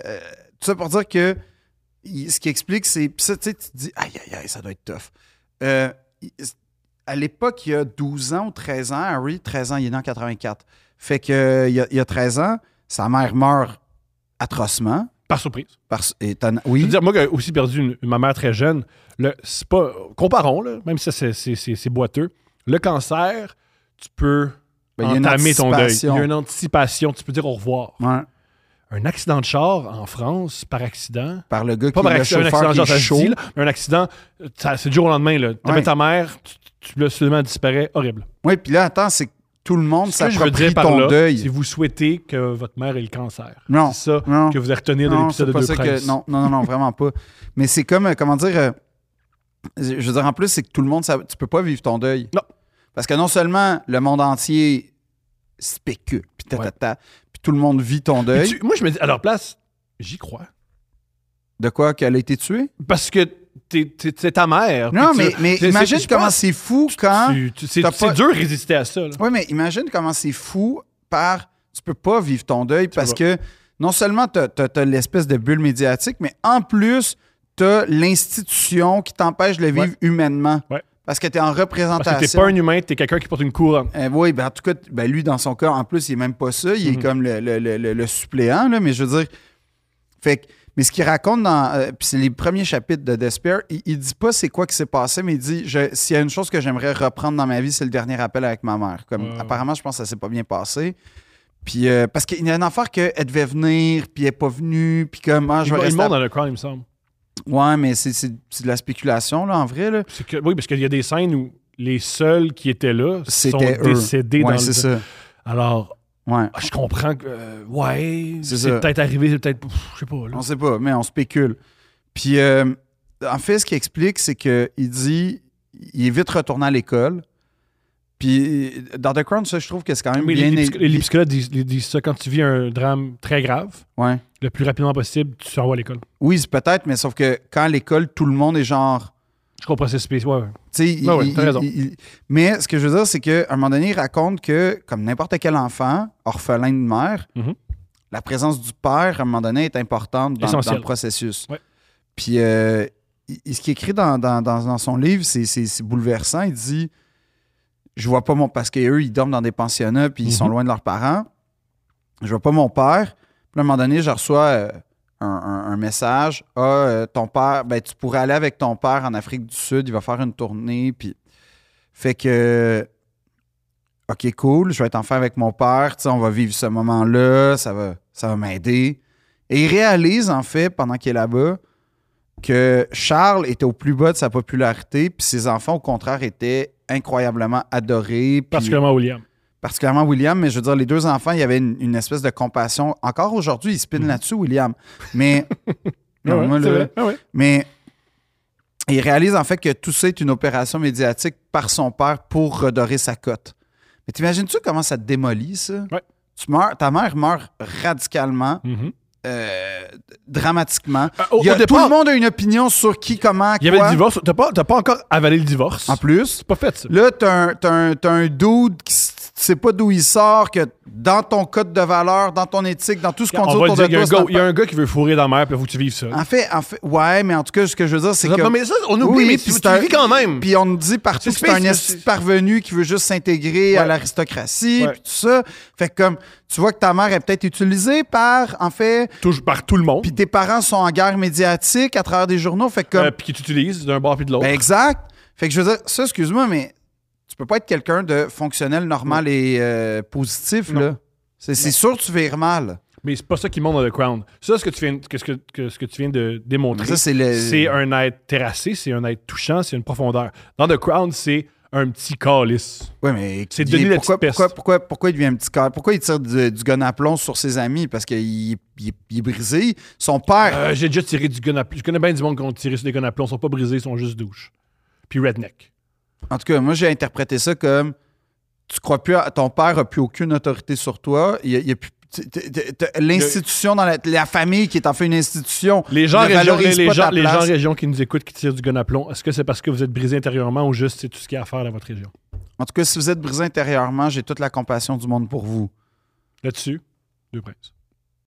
euh, tout ça pour dire que il- ce qui explique, c'est. Puis ça, tu sais, tu te dis, aïe, aïe, aïe, ça doit être tough. Euh, il- à l'époque, il y a 12 ans ou 13 ans, Harry, 13 ans, il est né en 84. Fait que euh, il y a, il y a 13 ans, sa mère meurt atrocement. Par surprise. Parce, et t'en- Je oui. veux dire, moi qui ai aussi perdu une- ma mère très jeune, le, c'est pas. Comparons, là, même si ça, c'est- c'est c'est- c'est boiteux, le cancer, tu peux Ben, il y a une entamer ton deuil. Il y anticipation. a une anticipation, tu peux dire au revoir. Ouais. Un accident de char en France, par accident, par le gars pas qui par est le accident, un accident chauffeur de qui genre, est ça se chaud. dit, là, mais un accident, euh, ça- c'est du jour au lendemain. là. T'avais Ouais. ta mère, tu, tu, tu l'as soudainement disparaît, horrible. Oui, puis là, attends, c'est que tout le monde Ce que je veux s'approprie dire par ton là, si deuil. vous souhaitez que votre mère ait le cancer. Non, C'est ça non, que vous allez retenir de Non, c'est l'épisode de pas Deux ça Princes. que, non, non, non, non, vraiment pas. Mais c'est comme, euh, comment dire, euh, je je veux dire, en plus, c'est que tout le monde, ça, tu peux pas vivre ton deuil. Non. Parce que non seulement le monde entier spécule, puis ta, ta, ta, puis tout le monde vit ton Puis deuil. tu- moi, je me dis, à leur place, j'y crois. De quoi qu'elle a été tuée? Parce que t'es- t'es- c'est ta mère. puis Non, tu- mais, mais c'est- c'est- imagine je comment pense c'est fou que quand... tu- tu- C'est t'as c'est pas- dur de résister à ça. là. Oui, mais imagine comment c'est fou par. Tu peux pas vivre ton deuil parce que non seulement t'as as, l'espèce de bulle médiatique, mais en plus, t'as l'institution qui t'empêche de le vivre humainement. Ouais. Parce que t'es en Parce que t'es représentation. pas un humain, t'es quelqu'un qui porte une couronne. Euh, oui, ben en tout cas, t- ben lui, dans son cas, en plus, il est même pas ça. Il Mhm. est comme le, le- le- le- le suppléant, là, mais je veux dire. Fait que- mais ce qu'il raconte dans. euh, Puis c'est les premiers chapitres de Despair, il, il dit pas c'est quoi qui s'est passé, mais il dit je- s'il y a une chose que j'aimerais reprendre dans ma vie, c'est le dernier appel avec ma mère. Comme Ouais. apparemment, je pense que ça s'est pas bien passé. Puis euh, parce qu'il y a une affaire qu'elle devait venir, puis elle est pas venue, puis comme ah, je Il vais le rester. monde hein. à- dans le crime, il me semble. Ouais, mais c'est c'est- c'est de la spéculation, là, en vrai, là. C'est que- oui, parce qu'il y a des scènes où les seuls qui étaient là sont C'était eux. décédés dans Ouais, le... c'est ça. Alors, Ouais. Ah, Je comprends que. euh, ouais. C'est C'est, ça. peut-être arrivé, c'est peut-être. pff, Je sais pas. Là. On sait pas, mais on spécule. Puis, euh, en fait, ce qu'il explique, c'est qu'il dit il est vite retourné à l'école. Puis, dans The Crown, ça, je trouve que c'est quand même Mais bien. les, les psy- é- les psychologues disent, ils disent ça quand tu vis un drame très grave, Ouais. le plus rapidement possible, tu t'envoies à l'école. Oui, c'est peut-être, mais sauf que quand à l'école, tout le monde est genre. Je comprends c'est spécial. Ouais, ouais. Tu sais, il- Ah ouais, il- t'as raison. il- il- mais ce que je veux dire, c'est qu'à un moment donné, il raconte que, comme n'importe quel enfant, orphelin de mère, Mhm. la présence du père, à un moment donné, est importante dans, Essentiel. dans le processus. Ouais. Puis, euh, il- il- ce qu'il écrit dans, dans- dans- dans son livre, c'est- c'est c'est bouleversant. Il dit Je vois pas mon. Parce qu'eux, ils dorment dans des pensionnats, puis ils sont Mhm. loin de leurs parents. Je vois pas mon père. Puis, à un moment donné, je reçois. euh, un, un- un message. Ah, euh, ton père, ben, tu pourrais aller avec ton père en Afrique du Sud, il va faire une tournée. Puis... Fait que, OK, cool, je vais être enfant avec mon père, tu sais, on va vivre ce moment-là, ça va, ça va m'aider. Et il réalise, en fait, pendant qu'il est là-bas, que Charles était au plus bas de sa popularité, puis ses enfants, au contraire, étaient incroyablement adorés. puis- Particulièrement William. particulièrement William, mais je veux dire, les deux enfants, il y avait une, une espèce de compassion. Encore aujourd'hui, ils spinent là-dessus, William. Mais. Non, Ah Mhm. ouais, moi, c'est là, vrai. Ah ouais. mais il réalise en fait que tout ça est une opération médiatique par son père pour redorer sa cote. Mais t'imagines-tu comment ça te démolit, ça? Ouais. Tu meurs, ta mère meurt radicalement, Mhm. euh, dramatiquement. Euh, au- Il y a- au tout départ- le monde a une opinion sur qui, comment, Il y avait quoi. le divorce. T'as pas, t'as pas encore avalé le divorce. En plus. C'est pas fait, ça. Là, t'as un, t'as un, t'as un dude qui s- tu sais pas d'où il sort, que dans ton code de valeur, dans ton éthique, dans tout ce qu'on dit On va le autour dire, de il y a toi... un c'est gars- pas- il y a un gars qui veut fourrer dans la mer, puis il faut que tu vives ça. En fait, en fait, ouais, mais en tout cas, ce que je veux dire, c'est que... Non, mais ça, on oublie, Oui, mais puis tu, c'est tu un- vis quand même. Puis on nous dit C'est partout que c'est un spécial, esti c'est- parvenu qui veut juste s'intégrer à l'aristocratie, Ouais. puis tout ça. Fait que comme, tu vois que ta mère est peut-être utilisée par, en fait, Touche par tout le monde. puis tes parents sont en guerre médiatique à travers des journaux. Fait que comme, Euh, puis qui t'utilise d'un bord puis de l'autre. ben exact. Fait que je veux dire, ça, excuse-moi, mais tu peux pas être quelqu'un de fonctionnel, normal et euh, positif, Non. là. C'est c'est sûr que tu vires mal. mais c'est pas ça qui monte dans le Crown. Ça, ce que tu viens, que, ce que, que- ce que tu viens de démontrer, Ça, c'est le... Ben, c'est un être terrassé, c'est un être touchant, c'est une profondeur. Dans The Crown, c'est un petit calice. Ouais, mais C'est il- donner la pourquoi, petite pourquoi, peste. pourquoi, pourquoi il devient un petit corps? Pourquoi il tire du, du gun à plomb sur ses amis? Parce qu'il est- il est- il est brisé. Son père, Euh, J'ai déjà tiré du gun à plomb. Je connais bien du monde qui ont tiré sur des guns à plomb. Ils sont pas brisés, ils sont juste douches. Puis redneck. En tout cas, moi, j'ai interprété ça comme tu crois plus à ton père a plus aucune autorité sur toi. Il y a, il y a plus- t- t- t- t- L'institution dans la, la famille qui est en fait une institution. Les gens, ne région, les, valorise les pas gens, ta les place. gens région qui nous écoutent, qui tirent du gun à plomb, est-ce que c'est parce que vous êtes brisé intérieurement ou juste c'est tout ce qu'il y a à faire dans votre région? En tout cas, si vous êtes brisé intérieurement, j'ai toute la compassion du monde pour vous. Là-dessus, deux princes.